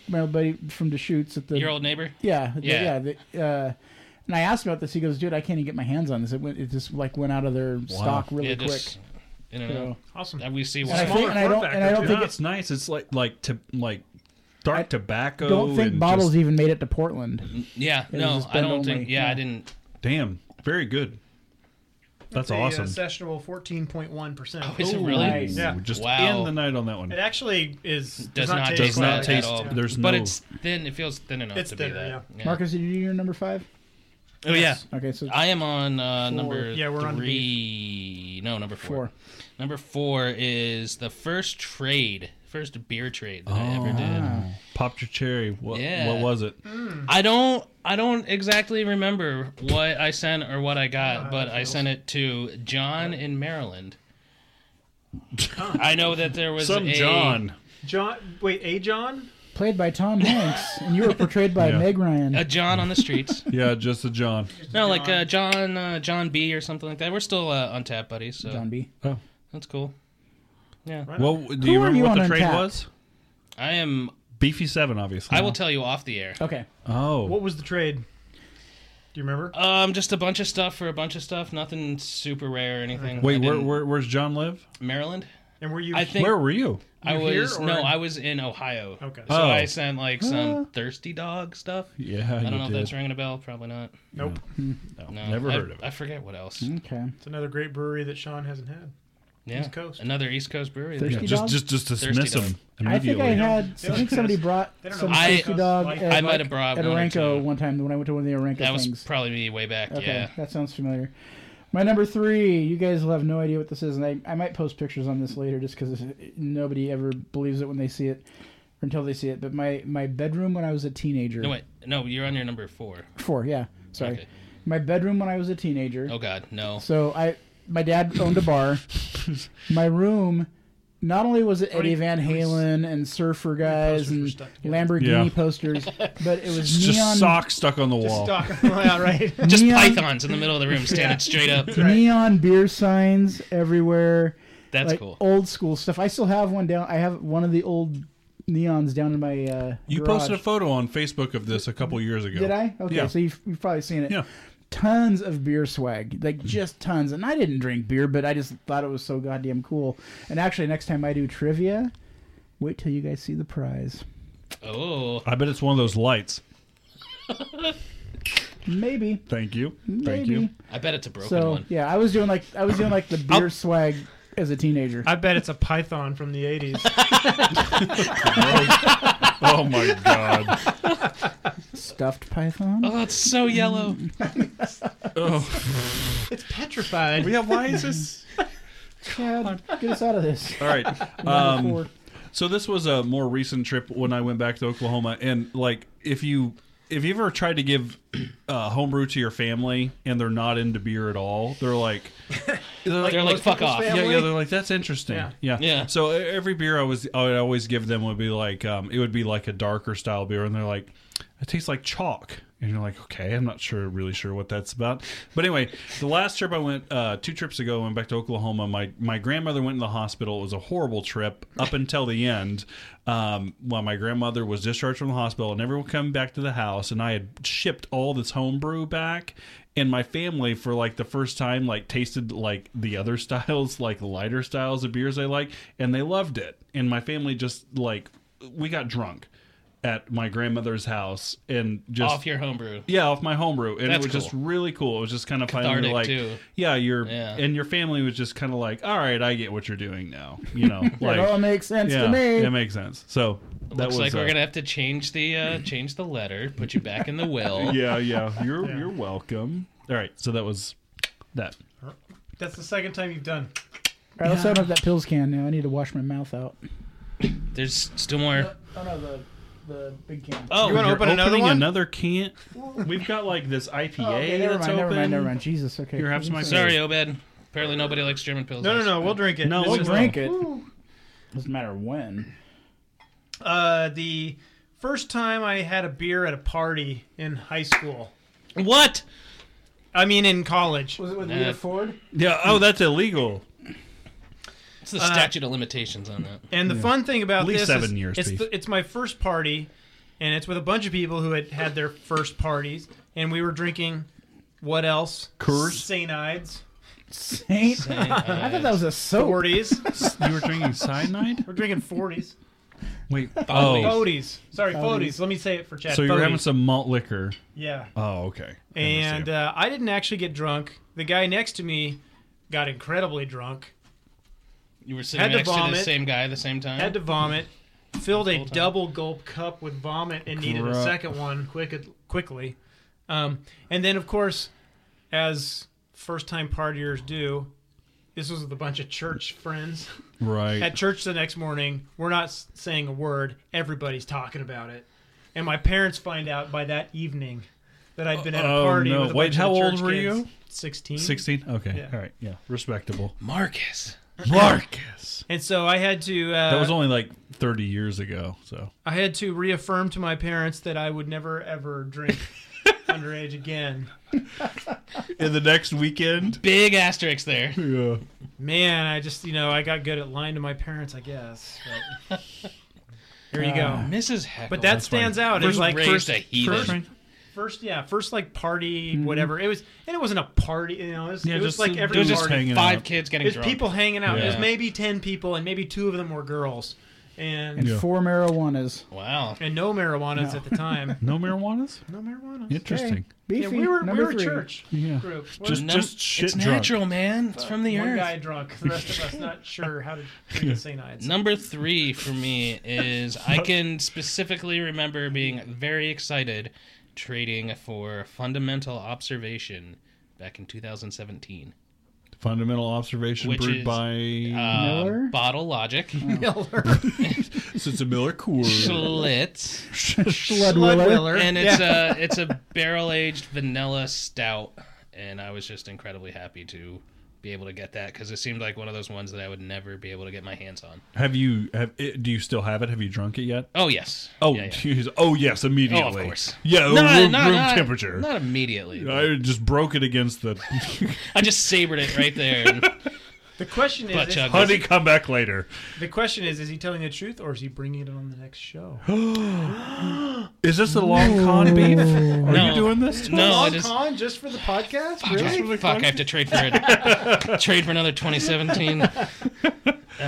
my buddy from Deschutes at the Your old neighbor. Yeah, the- Yeah. yeah. the, uh, and I asked about this. He goes, "Dude, I can't even get my hands on this. It, went, it just like went out of their stock really yeah, quick." just in and So- out. Awesome. That we see and I why. Smaller think, and I form don't, and I factor, don't too. think no, it's nice. It's like like to like dark I tobacco. don't think and bottles e- just- even made it to Portland. Yeah, was no, just I bend don't think. only. Yeah, I Yeah. didn't. damn, very good. That's The, uh, awesome. sessionable 14.1%. Oh, is it Ooh, really? nice. Yeah. Ooh, just Wow. end the night on that one. It actually is does, Does not Does taste not like that taste. at all. There's But no. it's thin. It feels thin enough It's to be thinner, that. Yeah. Marcus, did you do your number five? Oh yeah. Okay, so I am on uh, number Yeah, we're on the three. no, number four. four. Number four is the first trade, first beer trade that I Oh. ever did. Popped your cherry. What, Yeah. what was it? I don't, I don't exactly remember what I sent or what I Ah, got, but I sent it to John in Maryland. I know that there was Some a, John. John, wait, a John? Played by Tom Hanks, and you were portrayed by Yeah. Meg Ryan. a John on the streets. Yeah, just a John. no, like uh, John, uh, John B or something like that. We're still uh, on tap buddies, so John B. that's cool. Oh. Well, do Who you are remember you what the on trade Untappd? was? I am. Beefy seven, obviously. I will tell you off the air. Okay, oh, What was the trade? Do you remember? Um, just a bunch of stuff for a bunch of stuff. Nothing super rare or anything. I wait, where, didn't- where, where's John live? Maryland? And were you? I think Where were you? I You're here was or no, in- I was in Ohio. Okay. So Oh. I sent like some thirsty dog stuff. Yeah, I don't know you if that's did. ringing a bell. Probably not. nope. No, No, never I, heard of I it. forget what else. okay. It's another great brewery that Sean hasn't had. Yeah, East Coast. another East Coast brewery. that- Thirsty Dog? Just, just, just dismiss Dog. him I think immediately. I had. I think somebody brought They don't some know what safety it dog. costs. At, I might like, have brought at one or Aranco two. one time when I went to one of the Aranco That was things. probably me way back. Okay, Yeah. that sounds familiar. My number three, you guys will have no idea what this is, and I, I might post pictures on this later just because nobody ever believes it when they see it or until they see it. But my, my bedroom when I was a teenager. No wait, no, you're on your number four. Four, yeah. Sorry. Okay. My bedroom when I was a teenager. Oh God, no. So I, my dad owned a bar. my room, not only was it Eddie Van Halen and surfer guys posters and were stuck together. Lamborghini Yeah. posters, but it was It's just neon socks stuck on the wall. Stock. yeah, right. Just neon- pythons in the middle of the room standing straight up. neon beer signs everywhere. That's like cool. oh. old school stuff. I still have one down. I have one of the old neons down in my. Uh, You garage. posted a photo on Facebook of this a couple years ago. Did I? Okay, Yeah. so you've, you've probably seen it. Yeah. Tons of beer swag, like just tons. And I didn't drink beer, but I just thought it was so goddamn cool. And actually, next time I do trivia, wait till you guys see the prize. Oh, I bet it's one of those lights. Maybe. Thank you. Maybe. Thank you. I bet it's a broken So one. yeah, I was doing like I was doing like the beer swag as a teenager. I bet it's a python from the 80s. Oh my god. Stuffed python. Oh, it's so yellow. oh. it's petrified. Yeah, why is this? Yeah, get us out of this. All right. Number Um, four. So this was a more recent trip when I went back to Oklahoma, and like if you if you ever tried to give uh, homebrew to your family and they're not into beer at all, they're like they're like, They're like, most fuck people's off. fam- yeah, family. yeah, they're like that's interesting. Yeah. Yeah. Yeah. So e- every beer I was I would always give them would be like um, it would be like a darker style beer, and they're like it tastes like chalk. And you're like, okay, I'm not sure, really sure what that's about. But anyway, the last trip I went, uh, two trips ago, I went back to Oklahoma. My my grandmother went in the hospital. It was a horrible trip up until the end. Um, while my grandmother was discharged from the hospital, and everyone coming back to the house, and I had shipped all this homebrew back, and my family for like the first time like tasted like the other styles like lighter styles of beers i like and they loved it and my family just like we got drunk at my grandmother's house and just Off your homebrew. yeah off my homebrew and That's it was just cool. really cool it was just kind of finally Cathartic, like too. yeah your Yeah. and your family was just kind of like all right i get what you're doing now you know It all like makes sense yeah to me. it makes sense so that Looks was like uh, we're gonna have to change the uh, change the letter, put you back in the will. yeah yeah you're you're welcome all right so that was that That's the second time you've done. All right, let's open up that pills can now. I need to wash my mouth out. There's still more. Oh no, the the big can. Oh, You wanna You're open another opening one? Another can. We've got like this IPA Oh, okay, never that's mind, never open. mind, never mind. Jesus, okay. Here, have some I'm ice. sorry, Obed. Apparently nobody likes German pills. No, no, no. We'll drink it. No, This we'll is- Drink it. Doesn't matter when. Uh, the first time I had a beer at a party in high school. What? I mean, in college. Was it with Rita Rita Uh, Ford? Yeah. Oh, that's illegal. It's the Uh, statute of limitations on that. And the fun thing about At least this seven is years, it's, Beef. the, it's my first party, and it's with a bunch of people who had had their first parties, and we were drinking. What else? Coors? St. Ides, Saint. I thought that was a soap. forties. You were drinking cyanide. we're Oh. drinking forties, Wait. Bodley. Oh. forties. Sorry, forties. Let me say it for Chad. So you were having 40s. some malt liquor. yeah. Oh, okay. I And understand. uh, I didn't actually get drunk. The guy next to me got incredibly drunk, You were sitting Had to next to, the vomit. same guy at the same time. had to vomit, filled a time. double gulp cup with vomit, and needed a Gru- second one quick quickly. Um, and then, of course, as first time partiers do, this was with a bunch of church friends. right. At church the next morning, we're not s- saying a word. Everybody's talking about it, and my parents find out by that evening that I'd been at a Oh, party. no. With a Wait, bunch how of old church were kids. you? Sixteen. 16? Okay. Yeah. All right. Yeah. Respectable. Marcus. Marcus. And so I had to. Uh, That was only like 30 years ago. So I had to reaffirm to my parents that I would never ever drink underage again. in the next weekend. Big asterisk there. Yeah. Man, I just you know I got good at lying to my parents, I guess. but- here you go. Mrs. Heckle. But that stands out as First like raised first, a heathen. first, first, yeah, first like party, whatever. It was, and it wasn't a party, you know. It was, Yeah, it was just- like it every was just party. hanging five out. kids it getting was drunk. people hanging out. It was Yeah. maybe ten people, and maybe two of them were girls, and And Yeah. four marijuanas. Wow. and no marijuanas No. at the time. No marijuanas? no marijuanas. Interesting. Beefy. Yeah, we were we number were a three. church Yeah. group. We're Just- Num- shit it's drunk. natural, man. It's from the one earth. guy drunk, the rest of us not sure how to drink St. Ides. Number three for me is I can specifically remember being very excited trading for fundamental observation back in 2017. Fundamental observation Which brewed is, by Uh, Miller? Bottle Logic. Miller. so it's a Miller Coors. Schlitz. Blood Willer. and it's a it's a barrel aged vanilla stout, and I was just incredibly happy to be able to get that because it seemed like one of those ones that I would never be able to get my hands on. have you have it, do you still have it? Have you drunk it yet? Oh yes. Oh, Yeah, yeah. geez. oh yes, immediately. oh of course. Yeah, Not- room, not- room not- temperature. Not immediately. I just broke it against the I just sabered it right there. And the question butt is, chug. is honey. Come back later. the question is, is he telling the truth or is he bringing it on the next show? Oh, Is this a long con beef? Are you No. doing this? to no, I Long just, con just for the podcast? Really? just- fuck. I have to trade for it. trade for another 2017.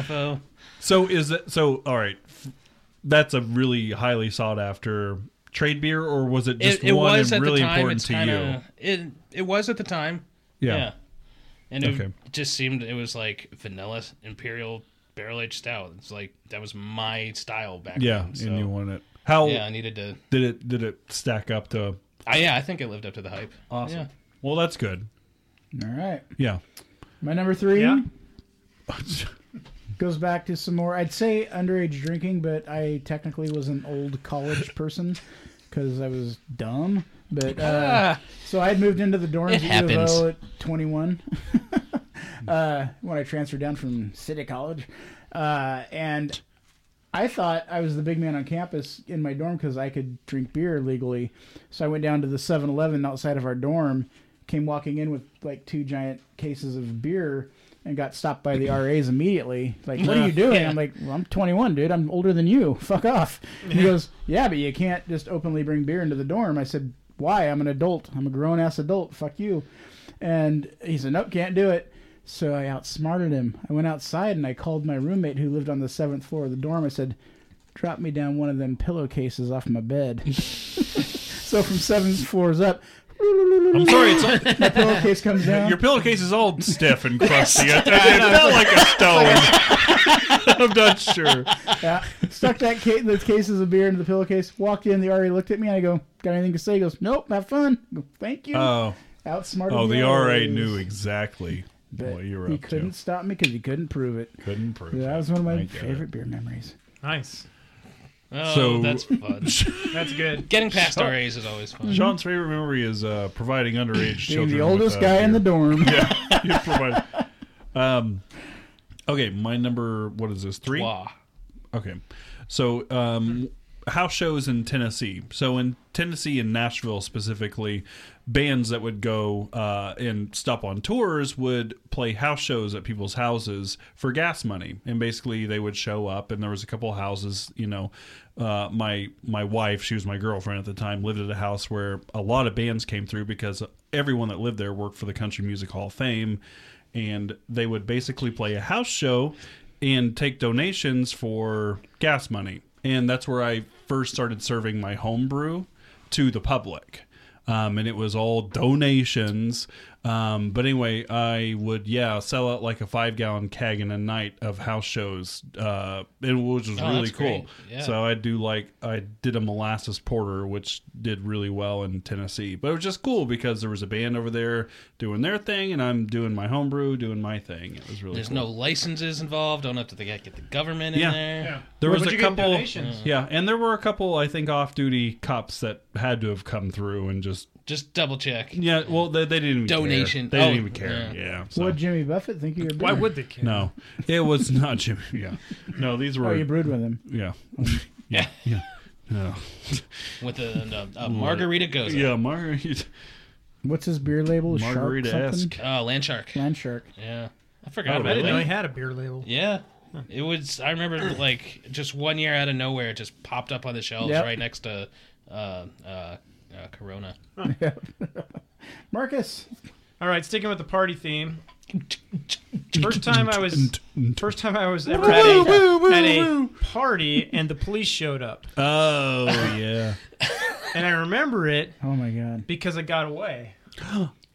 Fo. So is it so? All right, f- that's a really highly sought after trade beer, or was it just It, it one was and at really the time. important It's to kind you? of it. It was at the time. Yeah. Yeah. And it Okay. just seemed it was like vanilla imperial barrel aged stout. It's like that was my style back Yeah, then. so- and you won it. How Yeah, I needed to. did it did it stack up to? I, yeah, I think it lived up to the hype. Awesome. Yeah. Well, that's good. All right. Yeah. My number three Yeah. goes back to some more. I'd say underage drinking, but I technically was an old college person because I was dumb. But uh, so I had moved into the dorms Ah. It at U of happens. O at 21 uh, when I transferred down from City College, uh, and I thought I was the big man on campus in my dorm because I could drink beer legally. So I went down to the 7 Eleven outside of our dorm, came walking in with like two giant cases of beer, and got stopped by the RAs immediately. Like, what are you doing? I'm like, well, I'm 21, dude. I'm older than you. Fuck off. He goes, yeah, but you can't just openly bring beer into the dorm. I said, why? I'm an adult. I'm a grown ass adult. Fuck you. And he said, nope, can't do it. So I outsmarted him. I went outside and I called my roommate who lived on the seventh floor of the dorm. I said, drop me down one of them pillowcases off my bed. so from seven floors up, I'm sorry. It's my pillowcase comes down. your pillowcase is all stiff and crusty. It, it felt like a stone. I'm not sure. Yeah. Stuck that ca- those cases of beer into the pillowcase. Walked in, the RA looked at me, and I go, "Got anything to say?" He goes, "Nope, have fun." I go, Thank you. Oh, Outsmarted. oh, the RA RA knew exactly But what you were he up couldn't to. stop me because he couldn't prove it. Couldn't prove. That it. was one of I my get it. favorite beer memories. Nice. Oh, So- that's fun. That's good. Getting past RAs is always fun. Sean's favorite memory is uh, providing underage children. Being uh, the oldest with, uh, guy in the beer. dorm. You provide- um, Okay, my number what is this? Three. Wow. Okay. So, um, house shows in Tennessee. So, in Tennessee and Nashville specifically, bands that would go uh, and stop on tours would play house shows at people's houses for gas money. And basically, they would show up, and there was a couple houses, you know. Uh, my my wife, she was my girlfriend at the time, lived at a house where a lot of bands came through because everyone that lived there worked for the Country Music Hall of Fame, and they would basically play a house show and take donations for gas money. And that's where I first started serving my home brew to the public. Um, and it was all donations. Um, but anyway, I would, yeah, sell out like a five gallon keg in a night of house shows, uh, and which was Oh, really that's cool. great. Yeah. So I do like, I did a molasses porter, which did really well in Tennessee. But it was just cool because there was a band over there doing their thing, and I'm doing my homebrew, doing my thing. It was really There's cool. no licenses involved. Don't have to they gotta get the government in Yeah. there. Yeah. There Where was would a you get couple- donations? Yeah, and there were a couple, I think, off-duty cops that had to have come through and just Just double check. yeah. Well, they, they didn't even care. Donation. They didn't Oh, even care. Yeah. yeah. so- What Jimmy Buffett think you were? Why would they care? no, it was not Jimmy. Yeah. No, these were. Oh, you brewed with him. yeah. yeah. Yeah. Yeah. With a, a, a margarita goes. Yeah. Margarita. What's his beer label? Shark Margarita-esque. something? Oh, land shark. Land shark. Yeah. I forgot Oh, about I didn't that. know he had a beer label. Yeah. It was. I remember like just one year out of nowhere, it just popped up on the shelves Yep. right next to uh, uh, uh, Corona. Marcus. All right, sticking with the party theme. First time I was first time I was ever at woo, a, at woo. a party and the police showed up. Oh yeah. And I remember it Oh my God. because I got away.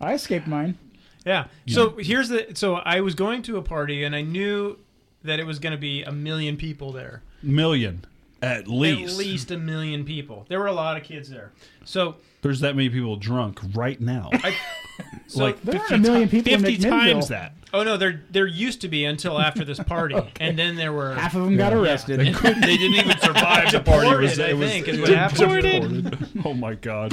I escaped mine. Yeah. So here's the so I was going to a party and I knew that it was going to be a million people there. Million. At least. At least a million people. There were a lot of kids there. So There's that many people drunk right now. so like There aren't 50, a million ti- people in 50 McMinnville. times that. oh no, there there used to be until after this party. And then there were Half of them got arrested. They, couldn't- they didn't even survive the party. Deported, It was- I it was- think, is what happened. Deported. Oh my god.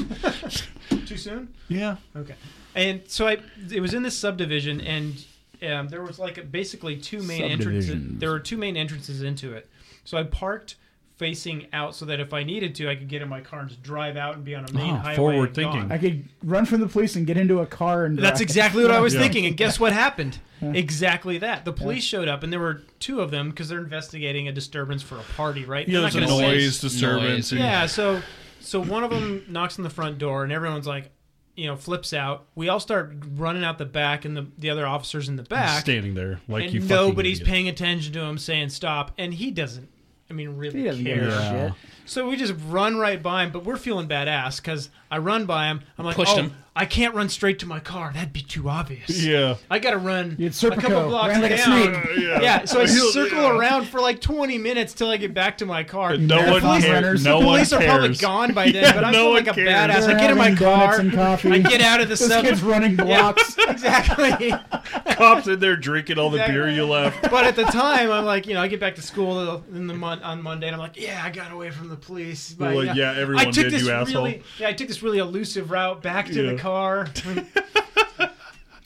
too soon. Yeah. Okay. And so I, it was in this subdivision, and um, there was like basically two main entrances. Subdivisions. There were two main entrances into it. So I parked facing out so that if I needed to, I could get in my car and just drive out and be on a main Wow, highway. forward and thinking. I gone. could run from the police and get into a car and. That's drive. exactly what I was Yeah. thinking. And guess what happened? Exactly that. The police showed up, and there were two of them because they're investigating a disturbance for a party, right? Yeah, They're not there's a gonna say- noise noise. disturbance. and- yeah, so so one of them knocks on the front door, and everyone's like, you know, flips out. We all start running out the back, and the the other officers in the back, standing there like and you. fucking nobody's idiot. paying attention to him, saying stop, and he doesn't. I mean, really He doesn't give care. a Yeah. shit. So we just run right by him, but we're feeling badass because I run by him. I'm like, Pushed oh, him. I can't run straight to my car. That'd be too obvious. Yeah. I gotta run You had a couple Serpico. blocks Ran like a down. snake. Uh, Yeah. Yeah, so I He'll- circle yeah. around for like 20 minutes till I get back to my car. And no The one police- cares. No the one police are probably cares. gone by then, Yeah, but I no feel one like a cares. badass. They're I get in my having donuts car. and coffee. I get out of the This sub. kid's running blocks. exactly. Cops in there drinking all the Exactly. beer you left. But at the time, I'm like, you know, I get back to school in the mon- on Monday, and I'm like, yeah, I got away from the police. But, You're like, you know, yeah, everyone I took did, this you really, asshole. Yeah, I took this really elusive route back to Yeah. the car.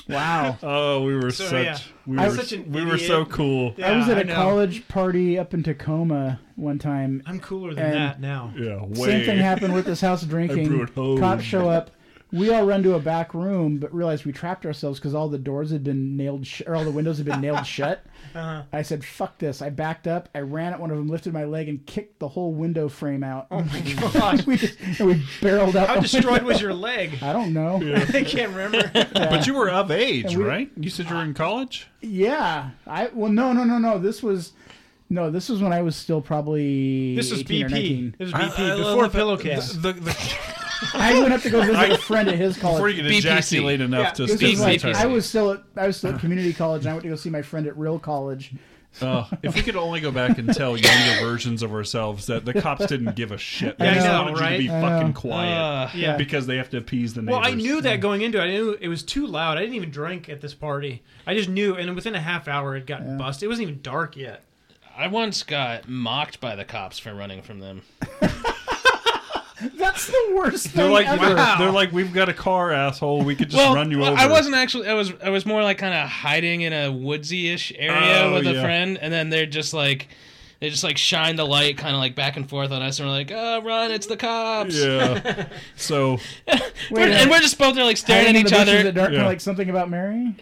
Wow. Oh, we were So, such yeah. we I were was such an we were so idiot. cool. Yeah. I was Yeah, at a know. college party up in Tacoma one time. I'm cooler than And- that now. way. Same thing happened with this house brew drinking. at home. Cops show up. We all run to a back room, but realized we trapped ourselves because all the doors had been nailed, sh- or all the windows had been nailed shut. I said, "Fuck this!" I backed up. I ran at one of them, lifted my leg, and kicked the whole window frame out. Oh my Gosh, we just, and we barreled out. how the destroyed window. was your leg? I don't know. Yeah, I can't remember. But you were of age, we- right? You said you were in college. I well, no, no, no, no. This was. No, this was when I was still probably This was 18 or BP. 19. This was BP before pillowcase. I went up to go visit a friend at his college. before you could BPC. ejaculate enough Yeah, to It was step just like, inside. I was still at I was still at community college, and I went to go see my friend at real college. Oh, if we could only go back and tell younger versions of ourselves that the cops didn't give a shit. They Yeah, I just know, wanted you to right? be I fucking know. quiet. yeah. Because they have to appease the neighbors. Well, I knew that going into it. I knew it was too loud. I didn't even drink at this party. I just knew, and within a half hour, it got busted. It wasn't even dark yet. I once got mocked by the cops for running from them. That's the worst thing They're like, ever. "We're- they're like, we've got a car, asshole. We could just well, run you well, over. I wasn't actually. I was. I was more like kind of hiding in a woodsy-ish area Oh, with a yeah. friend, and then they're just like, they just like shine the light, kind of like back and forth on us, and we're like, "Oh, run! It's the cops!" Yeah. So, We're- Wait, and we're just both there like staring at hiding in each the bushes other. At dark, Yeah. Like something about Mary.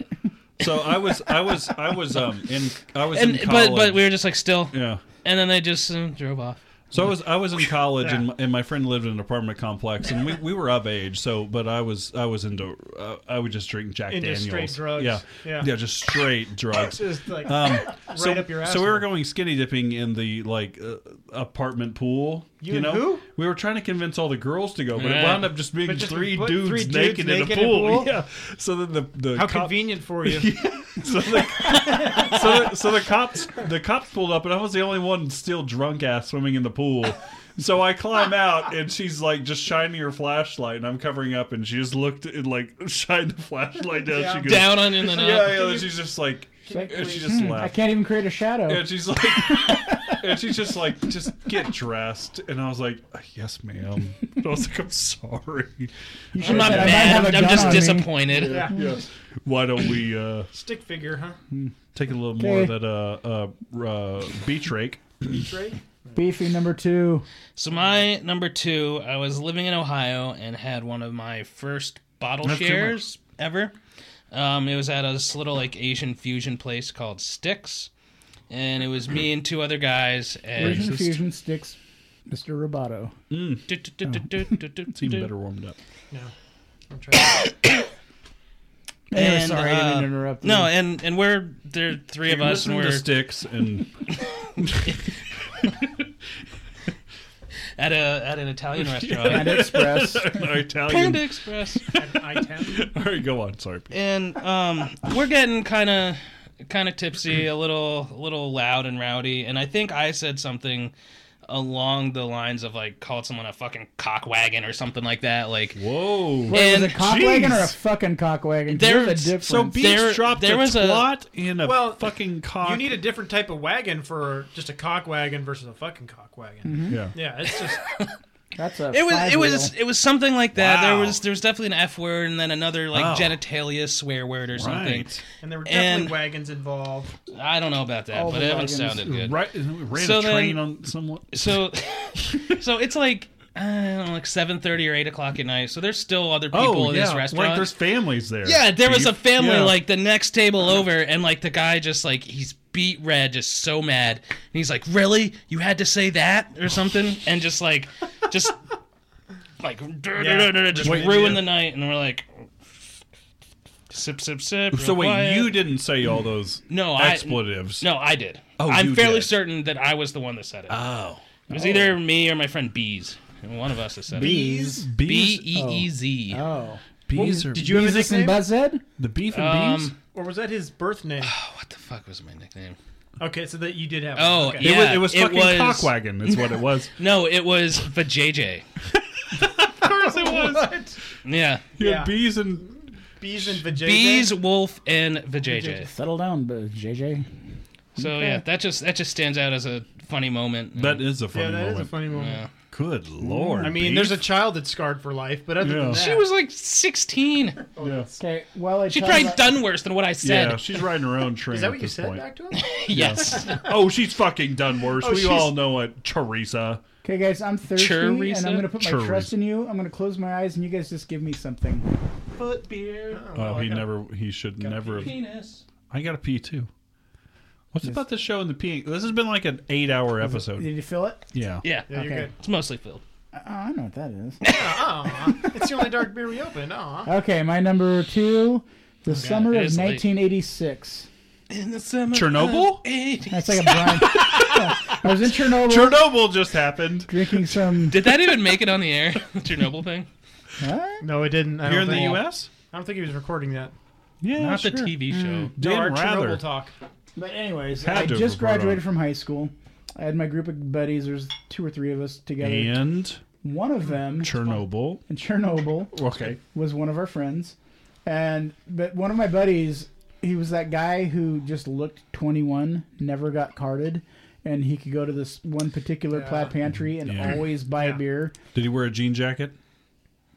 so I was, I was, I was, um, in, I was And in college. but but we were just like still, yeah. and then they just um, drove off. So I was I was in college and, my, and my friend lived in an apartment complex and we, we were of age so but I was I was into uh, I would just drink Jack Into Daniels straight drugs. yeah Yeah. just straight drugs Just like um right so, up your ass. so we were going skinny dipping in the like uh, apartment pool you, You and know who? we were trying to convince all the girls to go but it Yeah. wound up just being But just three, put dudes three dudes naked, naked in in a a pool, pool? yeah so then the the How cop- convenient for you. so the, so, the, so the cops the cops pulled up and I was the only one still drunk ass swimming in the pool. So I climb out and she's like just shining her flashlight and I'm covering up and she just looked and like shined the flashlight down. She goes, Down on in and Yeah, up. yeah. And she's just like, like, and she just "Hmm, I laughed. can't even create a shadow. And she's like, and she's just like, just get dressed. And I was like, "Uh, yes, ma'am. And I was like, I'm sorry. You should I'm not have said, "I might have mad. a I'm, gun I'm just on me." disappointed. Yes. Why don't we uh, Stick figure, huh? take a little more of Okay. that uh, uh, uh, beach rake? Drake? Beefy number two. So my number two, I was living in Ohio and had one of my first bottle That's too shares ever. Um, it was at this little like Asian fusion place called Sticks, and it was me and two other guys. Asian And fusion sticks. Mr. Roboto. It's even better warmed up. I'm trying to- Anyway, And, sorry, I uh, didn't interrupt. you. No, and and we're there, are three of us, and Listen we're to sticks and at a at an Italian Panda restaurant. Express. Italian. Panda Express. I ten. All right, go on. Sorry. and um, we're getting kind of kind of tipsy, a little a little loud and rowdy, and I think I said something along the lines of like called someone a fucking cock wagon or something like that. Like Whoa. Wait, was and it a cock jeez. wagon or a fucking cock wagon? 'Cause There- There's a difference. So Beach There- dropped there a was a- twat in a Well, fucking cock. You need a different type of wagon for just a cock wagon versus a fucking cock wagon. yeah. Yeah, it's just That's a it was five it wheel. was it was something like that. Wow. There was there was definitely an F word and then another like Wow. genitalia swear word or something. Right. and there were definitely And- wagons involved. I don't know about that, All but the it wagons. sounded good. Right. and we Ran So a then- train on someone. So so it's like I don't know, like seven thirty or eight o'clock at night. So there's still other people Oh, in yeah. this restaurant. Like there's families there. Yeah, there was a Beef. family Yeah. like the next table over, and like the guy just like he's beat red, just so mad, and he's like, "Really? You had to say that or something?" And just like, just like just Wait, ruin yeah. the night, and we're like, sip, sip, sip. So real wait, quiet. you didn't say all those No, I- expletives. No, I did. Oh, I'm you fairly did. certain that I was the one that said it. Oh. it was either me or my friend Bees, and one of us that said it. bees. B Bees. E E Z. Oh, Bees are Did you have a Beezus and nickname? Buzzhead. the beef and bees. Um, oh, Or was that his birth name? What the fuck was my nickname? Okay, so that you did have. Oh, okay. yeah. It was, it was it fucking was- cock wagon. That's what it was. No, it was Vajayjay. What? Yeah. You Yeah. had bees and Bees and vajayjay. Bees, Wolf, and Vajayjay. Settle down, but JJ. So yeah, that just that just stands out as a funny moment. That is a funny Yeah, that is moment. a funny moment. Yeah. Good lord. I mean, there's a child that's scarred for life, but other Yeah. than that, she was like 16. Okay, well, I She's tell probably you- done worse than what I Yeah, said. she's riding her own train. Is that at what you this said point. back to him? Yes. Oh, she's fucking done worse. we Oh, she's- all know it. Teresa. Okay, guys, I'm thirsty, and Chorizo? I'm gonna put my Chorizo. trust in you. I'm gonna close my eyes, and you guys just give me something. Foot beer. Oh, he never. He should never. have- Penis. I got to pee too. What's about this show and the peeing? This has been like an eight-hour episode. Did you feel it? Yeah. Yeah. Yeah, you're Okay. good. It's mostly filled. Oh, I know what that is. Aw, it's the only dark beer we opened. Aw. Okay, my number two. The summer it of is late. 1986. In the summer. Chernobyl? That's like a Brian. I was in Chernobyl Chernobyl just happened drinking some. Did that even make it on the air? The Chernobyl thing? Huh? No, it didn't. I here don't, in the think, U.S. I don't think he was recording that. Yeah, Not sure. Mm. the TV show. No, our Dan Rather. Chernobyl talk. But anyways, Had I to just report on it. graduated from high school. I had my group of buddies. There's two or three of us together. and One of them Chernobyl. in Chernobyl Okay. was one of our friends, and but one of my buddies, he was that guy who just looked 21, never got carded, and he could go to this one particular plaid pantry and Yeah. always buy a beer. Did he wear a jean jacket?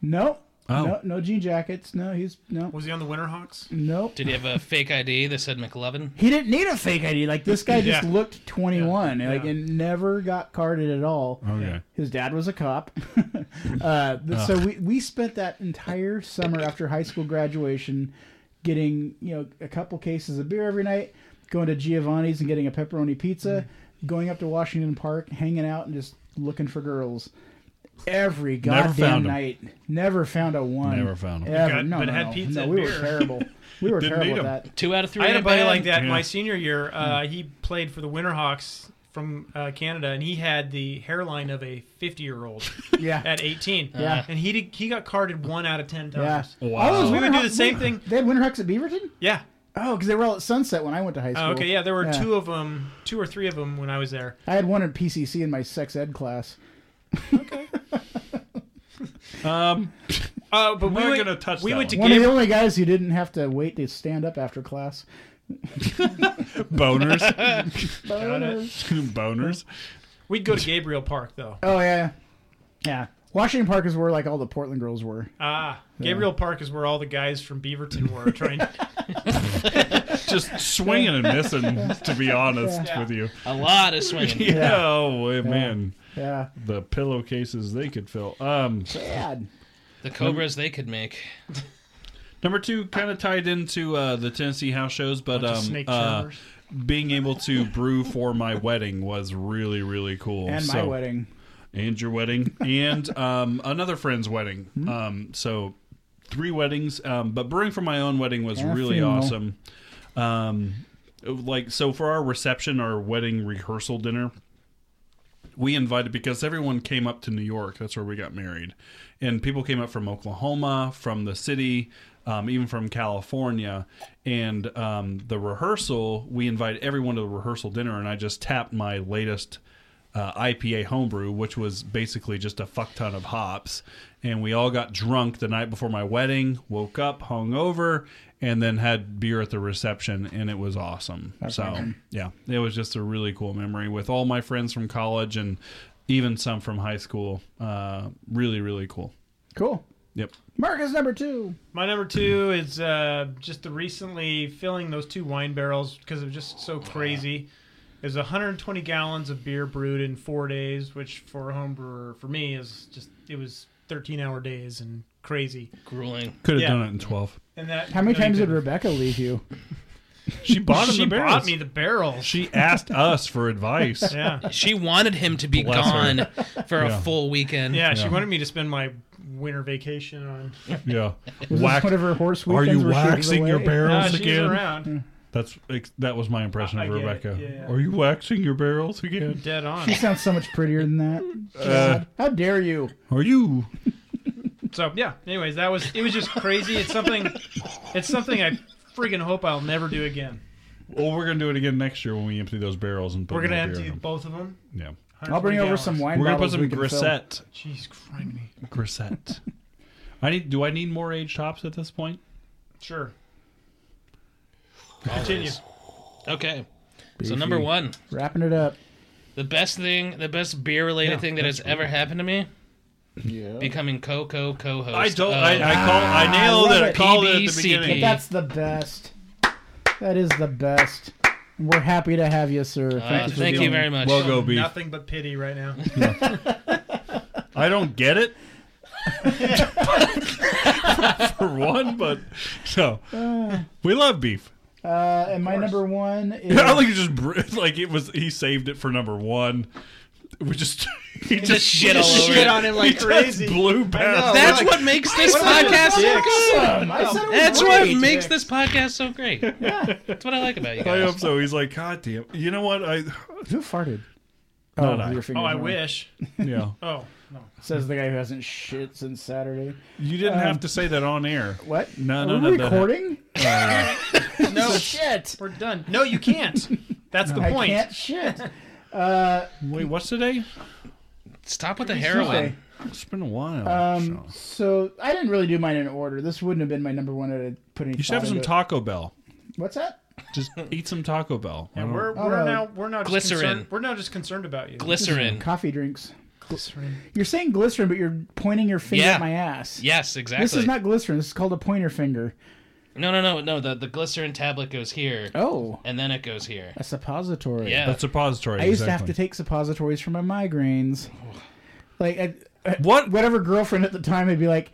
No, Oh. no, no jean jackets. No, he's no, Was he on the Winterhawks? no. Did he have a fake ID that said McLovin? He didn't need a fake ID. Like this guy just Yeah. looked 21, Yeah. like Yeah. and never got carded at all. Okay. His dad was a cop. uh, th- so we, we spent that entire summer after high school graduation getting, you know, a couple cases of beer every night, going to Giovanni's and getting a pepperoni pizza, Mm. going up to Washington Park, hanging out and just looking for girls. Every goddamn found 'em. night. Never found a one. Never found 'em. Ever. Got- no, but no, had no. pizza no, and we beer. were terrible. We were Didn't terrible need at 'em. that. Two out of three. I had a ain't buddy bad. like that in Yeah. my senior year. Uh, he played for the Winterhawks from uh, Canada, and he had the hairline of a 50 year old Yeah. at 18. Yeah. And he did, he got carded one out of 10 Yeah. times. Wow. All those We would do Winterhawk- the same thing. They had Winterhawks at Beaverton? Yeah. Oh, because they were all at Sunset when I went to high school. Uh, okay, yeah, there were Yeah. two of them, two or three of them when I was there. I had one at PCC in my sex ed class. Um, Uh, but we not went, gonna touch we that went to one. One game. of the only guys who didn't have to wait to stand up after class. boners, Boners. boners. We'd go to Gabriel Park though. Oh yeah, yeah. Washington Park is where like all the Portland girls were. Ah, Gabriel Park is where all the guys from Beaverton were trying. Just swinging and missing, to be honest Yeah. with you. A lot of swinging. Yeah. Oh man, Yeah, the pillowcases they could fill. Um, bad. The cobras they could make. number two, kind of tied into uh, the Tennessee house shows, but Bunch of um, snake uh, charmers. being able to brew for my wedding was really really cool. And my So- wedding. and your wedding and um, another friend's wedding. Hmm. Um, so three weddings, um, but brewing for my own wedding was Yeah, really funeral. awesome. Um, it was like so for our reception, our wedding rehearsal dinner, we invited because everyone came up to New York. That's where we got married, and people came up from Oklahoma, from the city, um, even from California. And um, the rehearsal, we invited everyone to the rehearsal dinner, and I just tapped my latest uh, IPA homebrew, which was basically just a fuck ton of hops. And we all got drunk the night before my wedding, woke up hungover, and then had beer at the reception, and it was awesome. so yeah, it was just a really cool memory with all my friends from college and even some from high school. Uh, really, really cool. Cool. Yep. Mark is number two. My number two is uh, just the recently filling those two wine barrels because it was just so crazy. It was 120 gallons of beer brewed in four days, which for a home brewer for me is just it was 13 hour days and crazy. Grueling. Could have Yeah. done it in twelve. And that How many no, you times did couldn't. Rebecca leave you? She bought him she the barrels. brought me the barrels? She asked us for advice. yeah. yeah, She wanted him to be Bless gone her. for Yeah. a full weekend. She Yeah. wanted me to spend my winter vacation on. Yeah. Was Wax- this one of her horse Are weekends you where she was waxing away? your Uh, barrels she's again? around, That's ex- that was my impression I- of I get it, Rebecca. yeah. Are you waxing your barrels again? Uh, dead on. She sounds so much prettier than that. God, how dare you? Are you? So yeah. Anyways, that was it was just crazy. It's something. It's something I freaking hope I'll never do again. Well, we're gonna do it again next year when we empty those barrels and put We're gonna more beer empty in them. both of them. Yeah, I'll bring over 120 some gallons. wine we're gonna put bottles some we can fill. grisette. Jeez, criminy. Grisette. I need. Do I need more aged hops at this point? Sure. Continue. Okay. So number one, Wrapping it up. the best thing, the best beer related thing that has ever happened to me. Yeah. Becoming Coco co-host. Oh I don't. of I, I call. I nailed Ah, I it. love I it. called it at the PBCP. beginning. That's the best. That is the best. We're happy to have you, sir. Uh, Thank you. For thank you being- very much. Well, go beef. Nothing but pity right now. I don't get it. for one, but so Ah. we love beef. Uh, and my number one is I think it just br- like it was. He saved it for number one. We just he just shit all over Shit it. on him like crazy. blew past. That's what makes this podcast so good. Awesome. I said it was That's great. what makes this podcast so great. That's what I like about you I guys. hope so. He's like, God damn. You know what? I Who farted? Not I. your Oh, fingers I wrong. wish. yeah. Oh, no. Says the guy who hasn't shit since Saturday. You didn't have to say that on air. What? No, Are no, we no, no, no. Recording? No, Shit. we're done. No, you can't. That's the I point. can't shit. Wait, what's today? Stop with the Okay. heroin. It's been a while. Um, so I didn't really do mine in order. This wouldn't have been my number one. I'd put any you should thought have some into it. Taco Bell. What's that? Just eat some Taco Bell. I And don't- we're Oh, we're no. now we're now just Glycerin. concerned- We're now just concerned about you. Glycerin. Coffee drinks. You're saying glycerin, but you're pointing your finger Yeah. at my ass. Yes, exactly. This is not glycerin. This is called a pointer finger. No, no, no, no. The the glycerin tablet goes here, Oh, and then it goes here. a suppository. Yeah. That's a repository. I used to have exactly. to take suppositories for my migraines. Like, I, I- What? whatever girlfriend at the time would be like,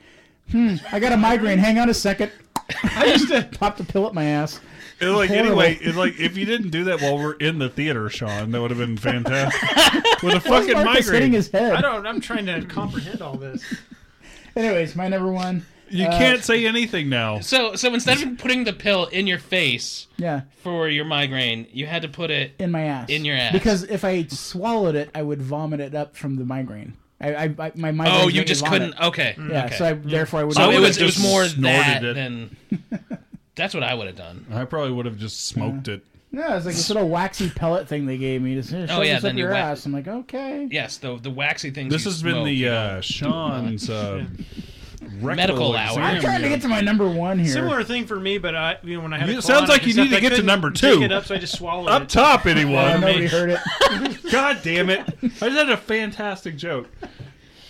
hmm, I got a migraine. Hang on a second. I used to Pop the pill up my ass. It, like Horrible. anyway, it, like if you didn't do that while we're in the theater, Sean, that would have been fantastic. With a fucking Mark is hitting migraine, his head. I don't. I'm trying to comprehend all this. Anyways, my number one. you uh, can't say anything now. So so instead of putting the pill in your face Yeah, for your migraine, you had to put it. in my ass. In your ass. Because if I swallowed it, I would vomit it up from the migraine. I, I, I my migraine. Oh, you just couldn't. Okay. Yeah, okay. so I, therefore I would. So not it would've was it was just more snorted that it. than. That's what I would have done. I probably would have just smoked it. No, it's like this little waxy pellet thing they gave me. Just, "Here, shove Oh, yeah, this then up you your whack- ass. I'm like, okay. Yes, the the waxy things. This you has been smoke. the uh, Sean's uh, rectal Medical exam. hour. I'm trying to get to my number one here. Similar thing for me, but I you know when I had You- a it sounds like colonic and you need stuff, to I get to couldn't number Take two. it up, so I just swallowed Up it. top, Uh, anyone? nobody heard it. God damn it! I just had a fantastic joke.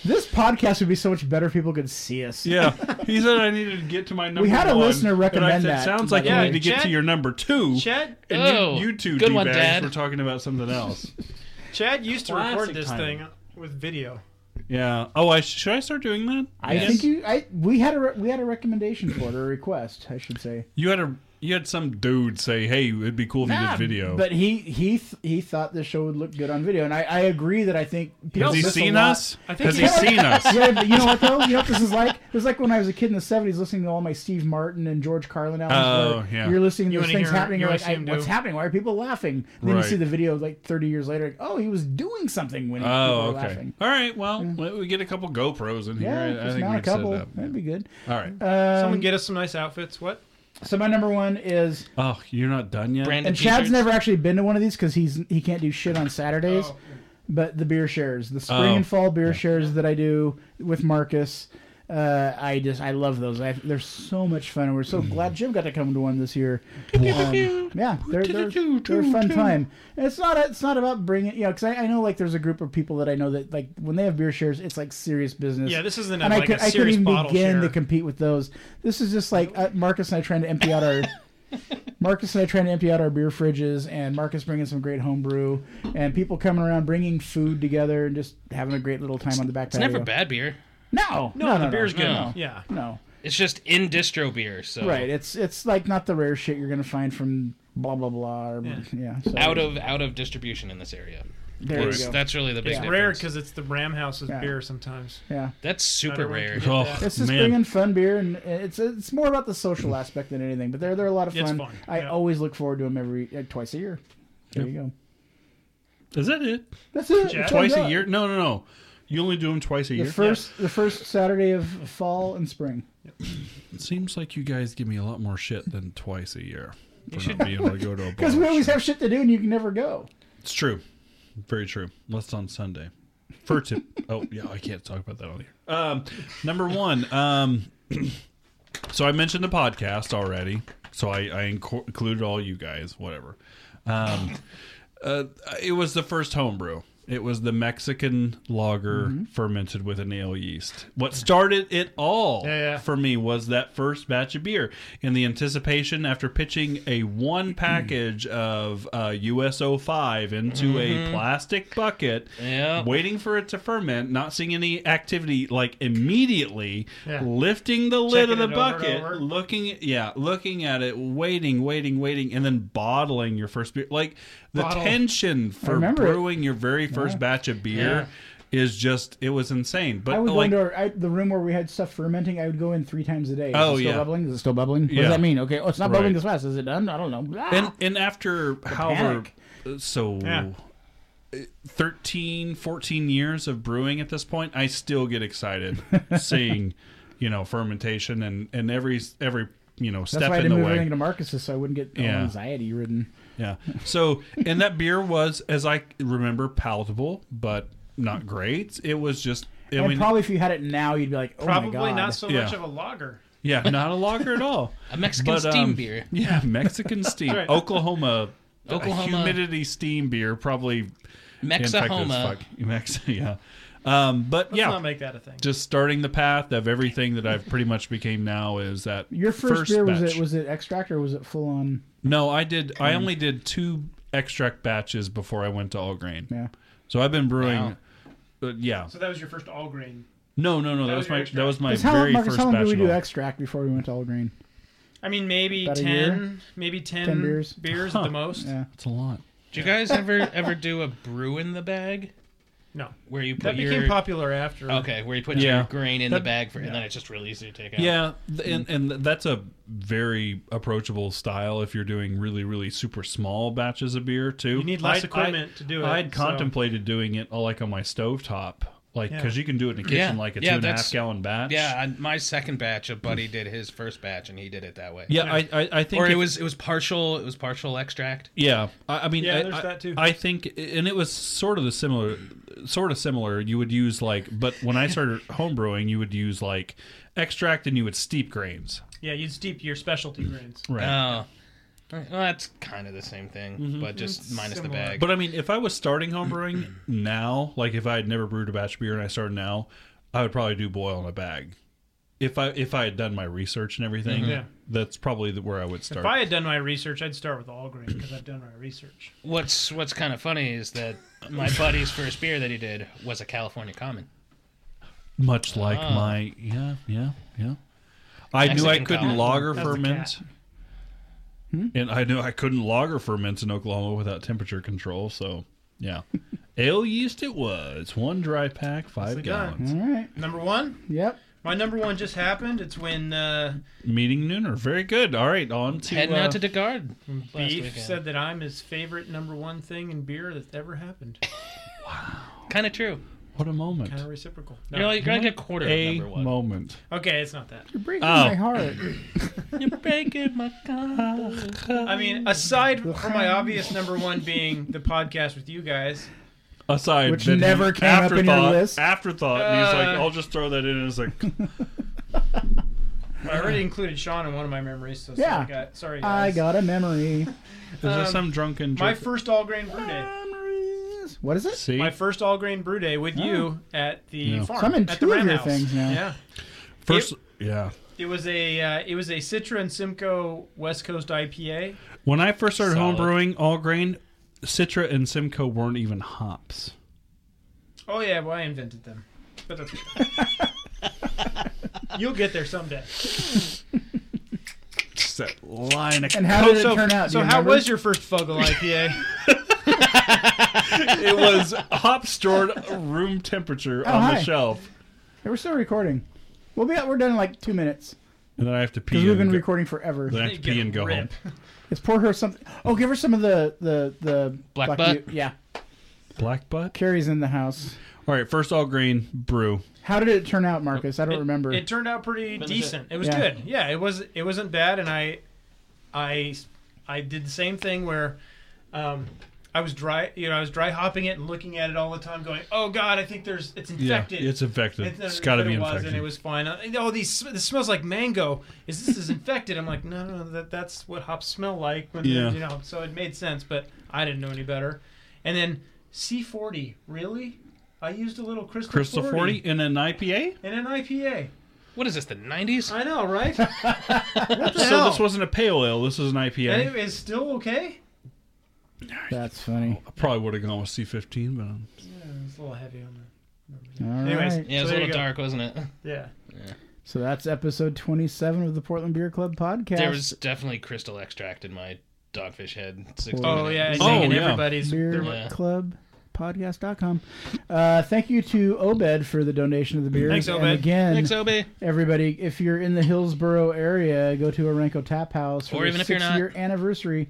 This podcast would be so much better if people could see us. Yeah, he said I needed to get to my number. We had a one, listener and I recommend said, that, Sounds by like the you way. need to get Chad- to your number two. Chad Oh, and you, you two good d one, bags Dad. were talking about something else. Chad used to record Classic this timing. thing with video. Yeah. Oh, I should I start doing that? I think you. I we had a re- we had a recommendation for it, or a request, I should say. You had a you had some dude say, "Hey, it'd be cool if you Nah, did video." But he he th- he thought the show would look good on video, and I, I agree that I think people Has he miss a seen lot. us? I think Has he- he seen us? yeah, but you know what though? You know what this is like? It was like when I was a kid in the '70s, listening to all my Steve Martin and George Carlin albums. Oh, where yeah. You're listening to You those wanna things hear- happening. you You're wanna like, see I, him do what's it? happening? Why are people laughing? Then Right. you see the video like 30 years later. Like, oh, he was doing something when he Oh, was okay. laughing. All right. Well, let- we get a couple GoPros in here. Yeah, I- I, just think we mount a can set it couple. up. That'd be good. All right. Someone Um, get us some nice outfits. What? so my number one is, oh, you're not done yet. branded and Chad's t-shirts. never actually been to one of these because he's he can't do shit on Saturdays. Oh. But the beer shares, the spring Oh. and fall beer shares that I do with Marcus, uh, I just I love those. I, they're so much fun, and we're so glad Jim got to come to one this year. Um, yeah, they're, they're, they're a fun time. And it's not it's not about bringing you know because I, I know like there's a group of people that I know that like when they have beer shares, it's like serious business. Yeah, this isn't a, and I like could a I could serious even bottle begin share. to compete with those. This is just like uh, Marcus and I trying to empty out our. Marcus and I trying to empty out our beer fridges, and Marcus bringing some great homebrew, and people coming around bringing food together and just having a great little time on the back It's patio. never bad beer. No, no, no, no, the beer's no, good. No, Yeah. no. It's just in distro beer. So right. It's it's like not the rare shit you're gonna find from blah blah blah. Or, yeah. so out of out of distribution in this area. there you It's- go. That's really the big It's difference. rare because it's the Ram House's Yeah. Oh beer sometimes. Yeah. That's super Not everyone rare. can get Oh, that. It's just Man. bringing fun beer, and it's it's more about the social aspect than anything. But they're they're a lot of It's fun. fun, I yeah. always look forward to them every uh, twice a year. There you go. Is that it? That's it. Yeah. That's all I Twice a got. year? No, no, no. You only do them twice a The year. first the first Saturday of fall and spring. Oh, It seems like you guys give me a lot more shit than twice a year. You should be able to go to a Because we always have shit to do, and you can never go. It's true. Very true. Unless it's on Sunday. For tip. oh yeah, I can't talk about that on here. Um, number one. Um, so I mentioned the podcast already. So I, I inco- included all you guys. Whatever. Um, uh, it was the first homebrew. It was the Mexican lager fermented with a nail yeast. What started it all yeah. for me was that first batch of beer. In the anticipation, after pitching a one package of uh, USO five into Mm-hmm. a plastic bucket, Yeah. waiting for it to ferment, not seeing any activity, like immediately Yeah. lifting the lid of Checking it the over and bucket, over. looking yeah looking at it waiting waiting waiting and then bottling your first beer like the Bottle. tension for remember it. brewing your very first batch of beer is just it was insane but I would go like into our, I, the room where we had stuff fermenting. I would go in three times a day. Is Oh, it still yeah. bubbling? Is it still bubbling? What Yeah. does that mean? Okay, oh, it's not bubbling Right. this fast. Is it done? I don't know. Ah! Blah. and and after however so Yeah. uh, 13 14 years of brewing at this point i still get excited seeing you know fermentation and and every every you know That's step why I in the didn't move way everything to Marcus's so I wouldn't get all Yeah. anxiety ridden. Yeah. So, and that beer was, as I remember, palatable, but not great. It was just, I and mean, probably if you had it now, you'd be like, oh Probably my god. not so Yeah. much of a lager. Yeah, not a lager at all. A Mexican But, steam um, beer. Yeah, Mexican steam. right. Oklahoma. Oklahoma. humidity steam beer, probably infected as Mexahoma. fuck. Mex, yeah. Um, but Let's yeah, not make that a thing. just starting the path of everything that I've pretty much became now is that Your first, beer was batch. it was it extract or was it full on? no, I did. I only did two extract batches before I went to all grain. Yeah. So I've been brewing. Wow. uh, yeah. So that was your first all grain. No, no, no. That, That was was your extract. my. That was my Because how, very Marcus, first how long batch. did we of do all- extract before we went to All Grain? I mean, maybe About a year? ten, maybe 10, 10 beers? beers, at the most. Yeah. It's a lot. Did you guys ever ever do a brew in the bag No, where you put that your became popular after. okay where you put Yeah. your grain in That- the bag for and then it's just really easy to take out? Yeah, th- and and that's a very approachable style if you're doing really really super small batches of beer too. You need less equipment to do it, I'd so- contemplated doing it uh, like on my stovetop, like Yeah. because you can do it in a kitchen Yeah, like a yeah, two and a half that's- gallon batch. Yeah, I, my second batch, a buddy did his first batch, and he did it that way. yeah. I I, I think or it if- was it was partial. It was partial extract. Yeah, I, I mean, Yeah, I, there's I- that too. I think, and it was sort of the similar, sort of similar. You would use like, but when I started homebrewing, you would use like extract and you would steep grains. Yeah, you'd steep your specialty grains. Right. Oh, well, that's kind of the same thing, but just minus similar. the bag. Mm-hmm. But I mean, if I was starting homebrewing now, like if I had never brewed a batch of beer and I started now, I would probably do boil in a bag. If I if I had done my research and everything, Yeah. that's probably the, where I would If start. I had done my research, I'd start with all grain because I've done my research. what's what's kind of funny is that my buddy's first beer that he did was a California Common. Much like Ah. my yeah yeah yeah, I knew I Mexican couldn't cow. lager That's the ferment, Hmm? and I knew I couldn't lager ferment in Oklahoma without temperature control. So yeah, ale yeast it was one dry pack, five the guy. gallons. All right. Number one, Yep. my number one just happened. It's when uh, Meeting nooner, very good. All right, on to Heading uh, out to Degard. last Beef weekend. said that I'm his favorite number one thing in beer that's ever happened. Kind of true. what a moment. Kind of reciprocal. No. You're like you're like a quarter of a number one. moment. okay, it's not that. You're breaking Oh. my heart. You're breaking my heart. I mean, aside from my obvious number one being the podcast with you guys, Aside, Which that he- never came up in your afterthought- list. Afterthought, and he's like, Uh. "I'll just throw that in." And it's like, I already included Sean in one of my memories. So Yeah. sorry, guy- sorry I guys. got a memory. "Is this some drunken?" my jerk- first all grain brew day. Memories. What is it? See, My first all grain brew day with you at the Yeah. farm. So I'm Oh. in at two the of Ram your house. things now. Yeah, first, yeah. it was a uh, it was a Citra and Simcoe West Coast IPA. When I first started Solid. homebrewing, all grain, Citra and Simcoe weren't even hops. Oh yeah, well I invented them, but that's you'll get there someday. Just that line of And how Oh, did so it turn out? Do so you how remember? was your first Fuggle IPA? it was hop stored room temperature Oh, on the hi. shelf, Hey, we're still recording. We'll be out. We're done in like two minutes and then I have to pee. because we've and been go- recording forever. Then I have to pee and go home. Rip. Let's pour her something. Oh, give her some of the the the Black Buck- Butt? Yeah, Black butt. Carrie's in the house. All right, first all grain brew. How did it turn out, Marcus? I don't remember. It turned out pretty decent. It was Yeah. good. Yeah, it was it wasn't bad, and I, I, I did the same thing where, um, I was dry. You know, I was dry hopping it and looking at it all the time, going, "Oh God, I think there's it's infected." Yeah, it's infected. And then- it's got to but be it was, infected. And it was fine. I- Oh, these sm- this smells like mango. Is this is infected? I'm like, no, no, no, that that's what hops smell like. When Yeah. yeah. you know, so it made sense, but I didn't know any better. And then C40, really? I used a little crystal, Crystal 40 in an IPA? in an IPA. What is this? The nineties? I know, right? what the So hell? this wasn't a pale ale. This is an And IPA. it is still okay. That's funny. I probably would have gone with C15, but um, Yeah, it's a little heavy on All right. that. Anyways, Yeah, it was so a there you little go. dark, wasn't it? Yeah. So that's episode 27 of the Portland Beer Club podcast. There was definitely crystal extract in my dogfish head. 60 Oh minute- yeah, Singing Oh, and yeah. everybody's beer there were- Yeah. club podcast.com. Uh, thank you to Obed for the donation of the beers. Thanks, And Obed. again, Thanks, Obi. everybody, if you're in the Hillsboro area, go to Arenco Tap House Or for their even if you're not. six-year anniversary.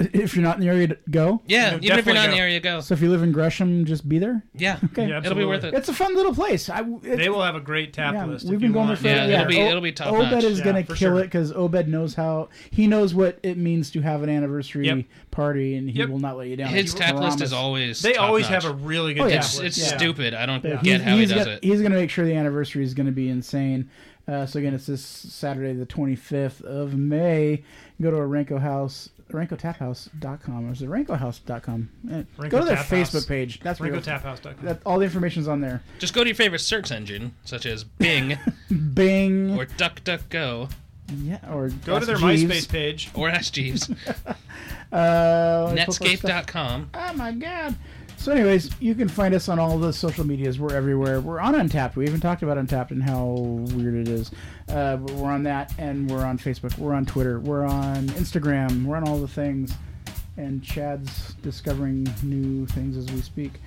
If you're not in the area, to go. Yeah, No, even if you're definitely not in the go. area, go. So if you live in Gresham, just be there. Yeah, Yeah, Okay. it'll be absolutely. worth it. It's a fun little place. I, it, They will have a great tap list. We've if been you going want. there for Yeah, it'll be- O- it'll be top Obed notch. is Yeah, gonna for kill sure. it because Obed knows how he knows what it means to have an anniversary Yep. party, and he Yep. will not let you down. His He tap list promised. is always. They top always notch. have a really good Oh, yeah. tap It's, list. it's Yeah. stupid. I don't Yeah, get how he he's does gonna- it. He's going to make sure the anniversary is going to be insane. Uh, so again, it's this Saturday, the 25th of May. Go to Renko House, RenkoTapHouse.com, or is it RenkoHouse.com? Eh, Renko Go to their Tap House. Facebook page. That's real. RenkoTapHouse.com. That, all the information's on there. Just go to your favorite search engine, such as Bing Bing. or DuckDuckGo yeah, or Go to their MySpace page. or Ask Jeeves, Uh, let's look for stuff. Netscape.com. Oh my god. So, anyways, you can find us on all the social medias. We're everywhere. We're on Untapped. We even talked about Untapped and how weird it is. Uh, but we're on that, and we're on Facebook. We're on Twitter. We're on Instagram. We're on all the things. And Chad's discovering new things as we speak.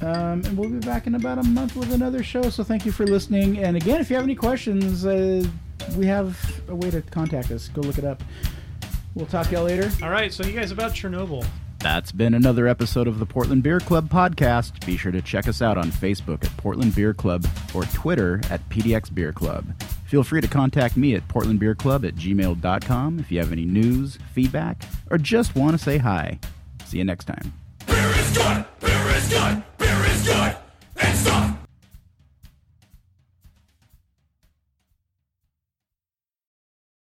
Um, and we'll be back in about a month with another show. So, thank you for listening. And again, if you have any questions, uh, we have a way to contact us. Go look it up. We'll talk to y'all later. All right, so you guys about Chernobyl. That's been another episode of the Portland Beer Club podcast. Be sure to check us out on Facebook at Portland Beer Club or Twitter at PDX Beer Club. Feel free to contact me at portlandbeerclub at gmail.com if you have any news, feedback, or just want to say hi. See you next time. Beer is good. Beer is good.